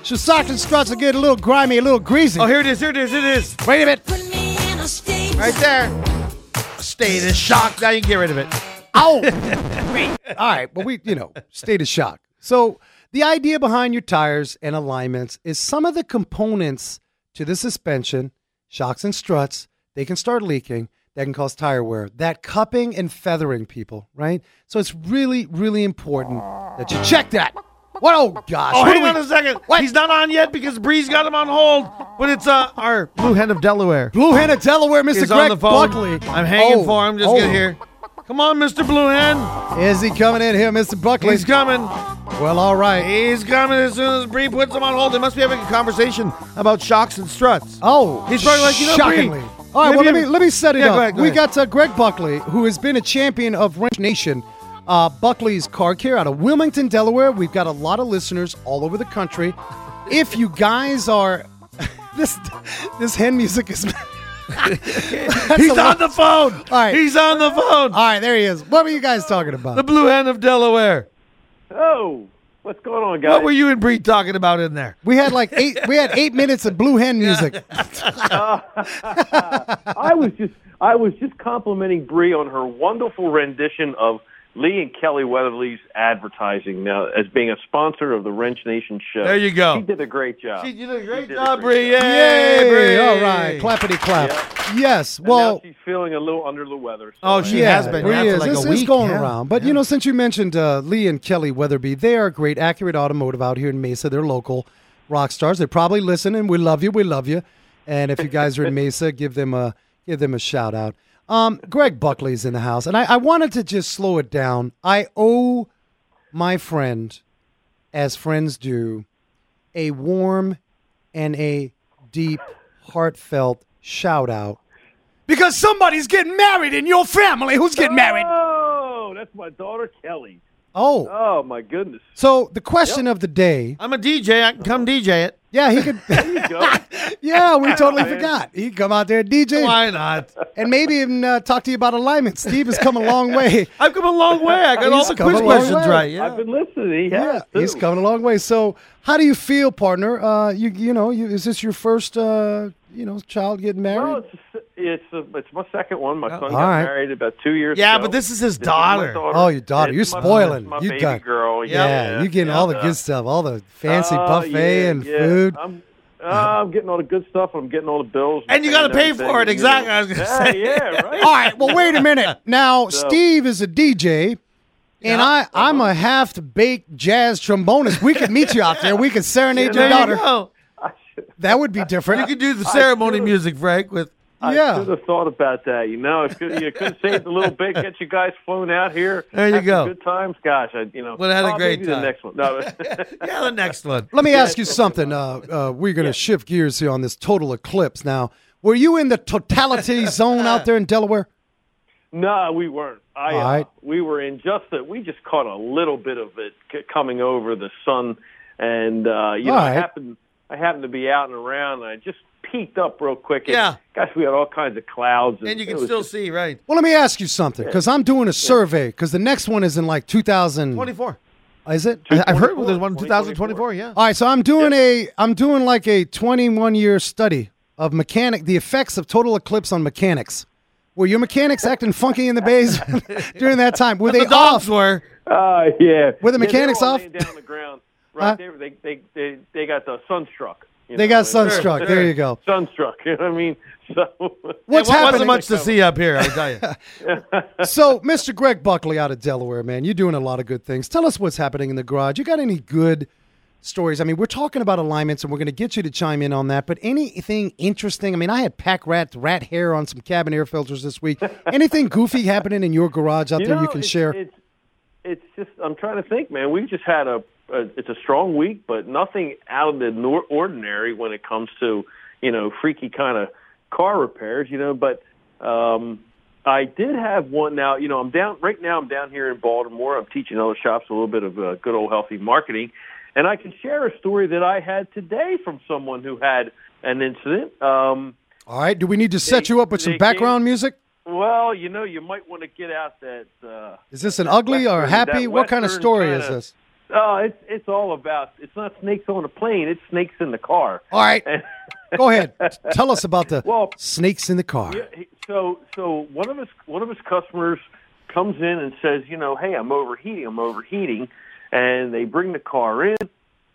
So socks and struts will get a little grimy, a little greasy.
Oh, here it is. Here it is. Here It is
Wait a minute.
right there. "State of Shock." Now you can get rid of it.
Ow! All right, but we, you know, state of shock. So the idea behind your tires and alignments is some of the components to the suspension, shocks and struts, they can start leaking. That can cause tire wear. That cupping and feathering, people, right? So it's really, really important that you check that. What? Oh gosh!
Oh,
What
hang
do we-
on a second. He's not on yet because Bree's got him on hold. But it's uh, our Blue Hen of Delaware.
Blue Hen of Delaware, Mr.
is
Greg
on the phone.
Buckley.
I'm hanging
Oh,
for him. Just
oh.
get here. Come on, Mr. Blue Hen.
Is he coming in here, Mr. Buckley?
He's coming.
well, all right.
He's coming as soon as Bree puts him on hold. They must be having a conversation about shocks and struts.
Oh,
He's probably like, you know,
shockingly.
Bree,
All
maybe
right, well, let
you-
me let me set it
Yeah,
up.
go ahead, go
we
ahead.
got uh, Greg Buckley, who has been a champion of Wrench Nation, uh, Buckley's Car Care out of Wilmington, Delaware. We've got a lot of listeners all over the country. If you guys are this this hand music is
He's on the phone.
All right.
He's on the phone.
All right, there he is. What were you guys talking
the
about?
Blue Hen of Delaware.
Oh, what's going on, guys?
What were you and Bree talking about in there?
We had like eight. We had eight minutes of blue hand music.
I was just I was just complimenting Bree on her wonderful rendition of Lee and Kelly Weatherly's advertising now as being a sponsor of the Wrench Nation show.
There you go.
She did a great job.
She did a great
did a
job, Bree.
great
Yay,
job.
Bree.
All right. Clappity clap. Yes.
And now
Well,
she's feeling a little under the weather. so
Oh,
I-
she has been
Bree
now for
is.
like a
this is
week,
going
yeah.
around. But you know, since you mentioned uh, Lee and Kelly Weatherby, they are great, accurate automotive out here in Mesa. They're local rock stars. They're probably listening. We love you. We love you. And if you guys are in Mesa, give them a give them a shout out. Um, Greg Buckley's in the house, and I, I wanted to just slow it down. I owe my friend, as friends do, a warm and a deep, heartfelt shout out
Because somebody's getting married in your family. Who's getting married?
Oh, that's my daughter Kelly.
Oh,
Oh my goodness.
so the question of the day.
I'm a DJ. I can come DJ it.
Yeah, he could.
Go.
yeah, we totally
man.
forgot. He could come out there and DJ
Why not?
and maybe even uh, talk to you about alignment. Steve has come a long way.
I've come a long way. I got all
He's
the
come
quiz
a long
questions
way.
right. Yeah.
I've been listening. He
Yeah,
has, too.
he's coming a long way. So, how do you feel, partner? Uh, you you know, you, is this your first uh, you know child getting
Well,
married?
Oh, it's it's, a, it's my second one. My son
all
got
right.
married about two years
Yeah,
ago.
but this is his
This is my
daughter.
Oh, your daughter.
It's
You're
my-
spoiling.
it's My
You
baby
got-
girl.
Yeah,
Yeah,
you getting all the good stuff, all the fancy
Oh,
buffet
yeah,
and
yeah.
food.
I'm, uh, I'm getting all the good stuff. I'm getting all the bills.
And you
got
gotta
to
pay for it, exactly, I was gonna
yeah,
say.
Yeah, right.
All right. Well, wait a minute. Now,
So-
Steve is a DJ, and
Yeah.
I I'm a half baked jazz trombonist. We could meet you out there. We could serenade your
There you
daughter.
go.
That would be
You
different.
can do the ceremony music, Frank, with
I
yeah.
should have thought about that. You know, it could, you could save a little bit, get you guys flown out here.
There you
have some
go.
Good times, gosh. I, you know,
Would've had a
oh,
great
maybe
time.
The next one. No,
yeah, the next one.
Let me ask you something. Uh, uh, we're going to shift gears here on this total eclipse. Now, were you in the totality zone out there in Delaware?
no, we weren't. I,
All right.
uh, we were in just that. We just caught a little bit of it c- coming over the sun, and uh, you know,
All
I
right.
happened I happened to be out and around, and I just peeked up real quick. And,
Yeah.
Gosh, we had all kinds of clouds, and,
And you
it
can
was
still
just-
see, right?
Well, let me ask you something because I'm doing a survey because the next one is in like 2000.
24.
Is it?
I- I've heard well, there's
24,
one in 2024, yeah.
All right, so I'm doing a I'm doing like a 21 year study of mechanic the effects of total eclipse on mechanics. Were your mechanics acting funky in the bays during that time? Were they
The dogs
off?
were.
Uh,
Were
yeah.
the
Yeah, they were
mechanics
all
off?
laying Down on the ground. Right.
Huh?
They, were- they, they, they, they got the sunstruck. you
They
know,
got
and-
sunstruck. There you go.
Sunstruck. You know what I mean? So.
What's
it
happening?
wasn't much to see up here, I tell you.
so, Mr. Greg Buckley out of Delaware, man, you're doing a lot of good things. Tell us what's happening in the garage. You got any good stories? I mean, we're talking about alignments, and we're going to get you to chime in on that. But anything interesting? I mean, I had pack rat rat hair on some cabin air filters this week. Anything goofy happening in your garage out there you
know,
can
it's-
share?
It's, it's just I'm trying to think, man. We've just had a, a it's a strong week, but nothing out of the nor- ordinary when it comes to you know freaky kind of car repairs, you know. But um, I did have one now. You know, I'm down right now. I'm down here in Baltimore. I'm teaching other shops a little bit of uh, good old healthy marketing, and I can share a story that I had today from someone who had an incident. Um,
All right. Do we need to set
They-
you up with
they
some
gave-
background music?
well, you know, you might want to get out that. Uh,
Is this an ugly or
Western-
happy?
that
What kind of
Western
story
kinda-
is this?
Oh, it's it's all about. It's not snakes on a plane. It's snakes in the car.
All right. Go ahead. Tell us about the
Well,
snakes in the car.
yeah, he- so so one of his one of his customers comes in and says, you know, hey, I'm overheating. I'm overheating, and they bring the car in.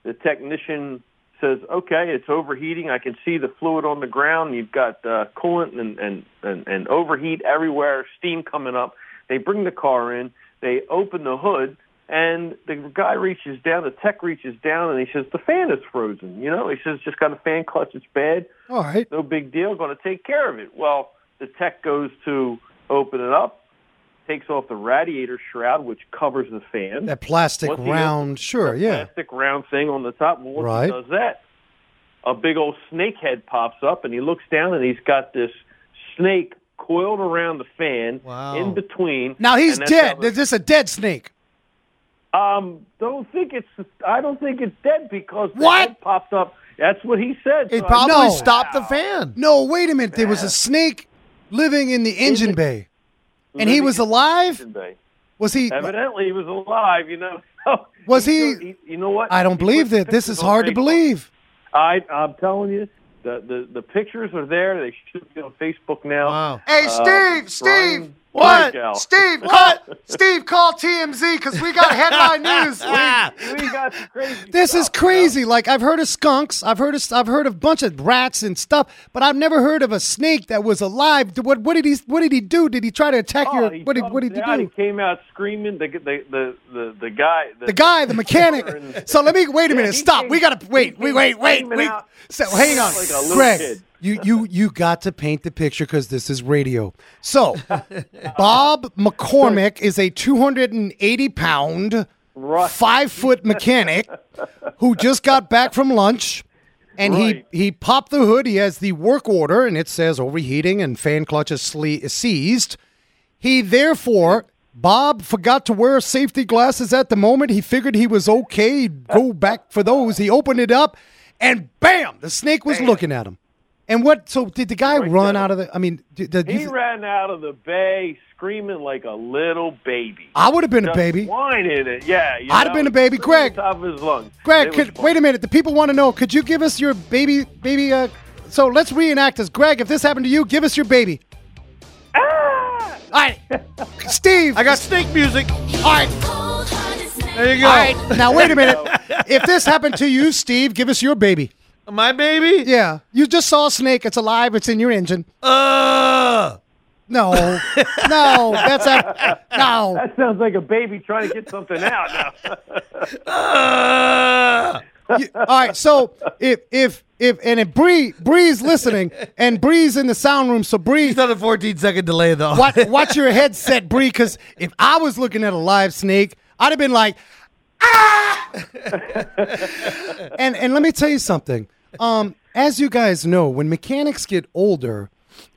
The technician says, okay, it's overheating. I can see the fluid on the ground. You've got uh, coolant and, and and and overheat everywhere. Steam coming up. They bring the car in. They open the hood. And the guy reaches down, the tech reaches down, and he says, the fan is frozen. You know, he says, just got a fan clutch. It's bad
All right.
no big deal, going to take care of it. Well, the tech goes to open it up, takes off the radiator shroud, which covers the fan.
That plastic
Once he
round. Sure.
the
Yeah.
Plastic round thing on the top. Well, once
Right.
he does that, a big old snake head pops up, and he looks down, and he's got this snake coiled around the fan
Wow.
in between.
Now he's
and that's how
dead.
the-
Is this a dead snake?
um, don't think it's. I don't think it's dead because the
What?
head popped up. That's what he said.
It
So I-
probably
No.
stopped the fan.
No, wait a minute. There was a snake living in the engine bay. And he was alive? Was he
Evidently, he was alive. You know.
Was he-
You know what?
I don't
He
believe
put
that. This
pictures
is
on
hard to
Facebook.
believe.
I, I'm telling you, the, the the pictures are there. They should be on Facebook now.
Wow.
Hey,
Uh, Brian-
What?
Breakout.
Steve, call, Steve, call TMZ because we got headline news.
We got some crazy.
This
stuff,
is crazy. Like I've heard of skunks, I've heard of I've heard of bunch of rats and stuff, but I've never heard of a snake that was alive. What what did he what did he do? Did he try to attack
Oh,
your
he
what did
comes
what did he
out,
do?
He came out screaming. The the the the, the guy.
The guy, the mechanic. so let me wait a minute.
he
Stop.
came-
we gotta wait.
he
Wait. Wait.
came
Wait.
screaming
Wait.
out
So hang on,
like a little
Greg.
kid.
You you you got to paint the picture because this is radio. So Bob McCormick is a 280 pound, five foot mechanic who just got back from lunch. And
Right.
he, he popped the hood. He has the work order, and it says overheating and fan clutch is sle- seized. He therefore, Bob forgot to wear safety glasses at the moment. He figured he was okay. He'd go back for those. He opened it up, and bam, the snake was looking at him. And what? So did the guy run out of the? I mean, did, did
He
you,
ran out of the bay screaming like a little baby.
I would have been a
Just
baby.
Whining it, yeah. you
I'd have
know,
been a baby.
screaming
Greg.
top of his lungs.
Greg,
It was
could,
fun.
wait a minute. The people want to know. Could you give us your baby, baby? Uh, so let's reenact this. Greg, if this happened to you, give us your baby. All right, Steve.
I got snake music.
all right.
There you go.
All right. Now wait a minute. if this happened to you, Steve, give us your baby.
My baby.
Yeah, you just saw a snake. It's alive. It's in your engine.
Uh,
No, no, that's a no.
That sounds like a baby trying to get something out. Now.
uh,
You- all right. So if if if and if Bree Bree's listening and Bree's in the sound room, so Bree.
it's not a 14 second delay though.
Watch, watch your headset, Bree, because if I was looking at a live snake, I'd have been like, ah! and and let me tell you something. Um, as you guys know, when mechanics get older,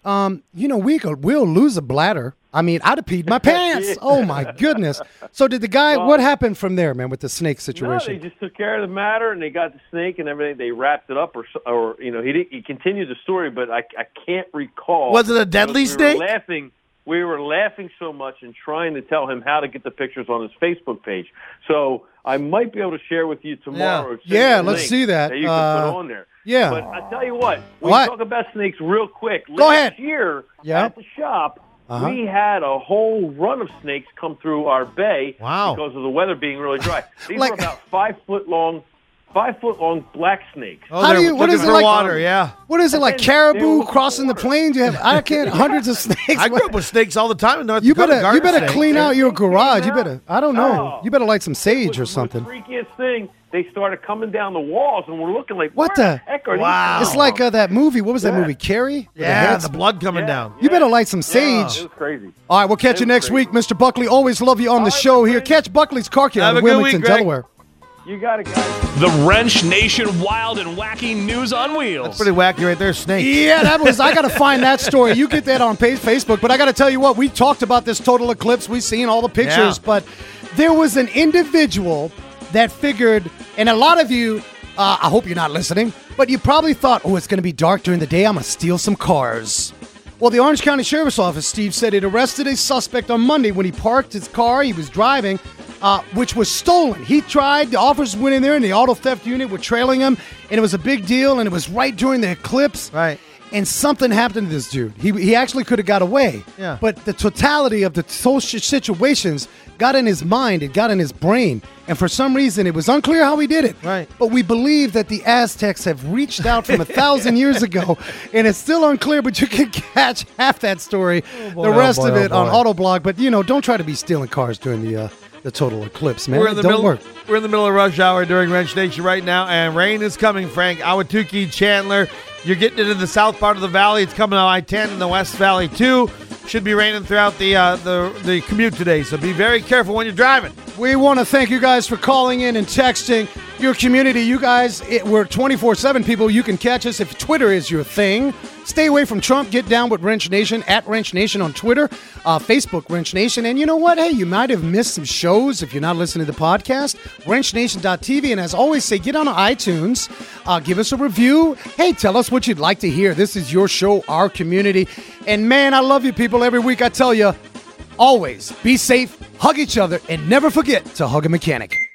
um, you know we could, we'll lose a bladder. I mean, I'd have peed my pants. Oh my goodness! So did the guy? what happened from there, man, with the snake
No, they
situation?
just took care of the matter, and they got the snake and everything. They wrapped it up, or so- or you know, he didn't, he continued the story, but I I can't recall.
Was it a
because
deadly
we
snake?
Were laughing, we were laughing so much and trying to tell him how to get the pictures on his Facebook page. So I might be able to share with you tomorrow. or send
Yeah,
you a
let's
link
see that.
you can
Uh,
put on there.
yeah.
but I tell you what, we
What?
talk about snakes real quick. Go
ahead.
Year
Yeah.
at the shop.
Uh-huh.
We had a whole run of snakes come through our bay
Wow.
because of the weather being really dry. These
Like-
were about five foot long, five foot long black snakes.
oh,
How do
they're
you- what
looking
is it
for
like-
Water, yeah.
What is it like,
They- they were
caribou
looking for
crossing the
water.
plains? You have I can't hundreds of snakes.
I grew up with snakes all the time in North
You
Dakota.
better, you
garden
better
snakes.
clean out your
They came
garage. You
out.
better, I don't know.
Oh.
You better light some sage
The
or something.
freakiest thing, they started coming down the walls, and we're looking like,
What
where
the-
heck are these
Wow.
things
It's like uh, that movie. What was that
Yeah.
movie? Carrie. With the
Yeah,
heads?
the blood coming
Yeah,
down.
yeah.
You better light some sage.
Yeah,
Oh.
It was crazy.
All right, we'll catch you
It was
next
crazy.
week, Mr. Buckley. Always love you on the
right,
show
my
here.
friend.
Catch Buckley's car
Have
out
a
of
good week,
Wilmington,
Greg.
Delaware.
You got it, guys.
The Wrench Nation Wild and Wacky News on Wheels.
Pretty wacky right there, snake.
Yeah, that was. I got to find that story. You get that on pa- Facebook. But I got to tell you what, we talked about this total eclipse. We've seen all the pictures,
Yeah.
but there was an individual that figured, and a lot of you, uh, I hope you're not listening, but you probably thought, oh, it's going to be dark during the day. I'm going to steal some cars. Well, the Orange County Sheriff's Office, Steve said it arrested a suspect on Monday when he parked his car he was driving, uh, which was stolen. He tried, the officers went in there, and the auto theft unit were trailing him, and it was a big deal, and it was right during the eclipse.
Right.
And something happened to this dude. He, he actually could have got away.
Yeah.
But the totality of the social situations got in his mind, it got in his brain. And for some reason, it was unclear how he did it.
Right.
But we believe that the Aztecs have reached out from a thousand years ago, and it's still unclear, but you can catch half that story,
boy,
the
oh
rest
boy,
of
oh
it on
boy.
Autoblog. But, you know, don't try to be stealing cars during the, uh, the total eclipse, man.
We're in
it
the
don't
middle.
work.
We're in the middle of rush hour during Wrench Nation right now, and rain is coming. Frank Awatuki, Chandler, you're getting into the south part of the valley. It's coming on I-10 in the West Valley too. Should be raining throughout the uh, the the commute today, so be very careful when you're driving.
We want to thank you guys for calling in and texting your community. You guys, it, we're 24 7 people. You can catch us if Twitter is your thing. Stay away from Trump. Get down with Wrench Nation at Wrench Nation on Twitter, uh, Facebook, Wrench Nation. And you know what? Hey, you might have missed some shows if you're not listening to the podcast. WrenchNation.tv. And as always, say get on iTunes, uh, give us a review. Hey, tell us what you'd like to hear. This is your show, our community. And man, I love you people. Every week I tell you, Always be safe, hug each other, and never forget to hug a mechanic.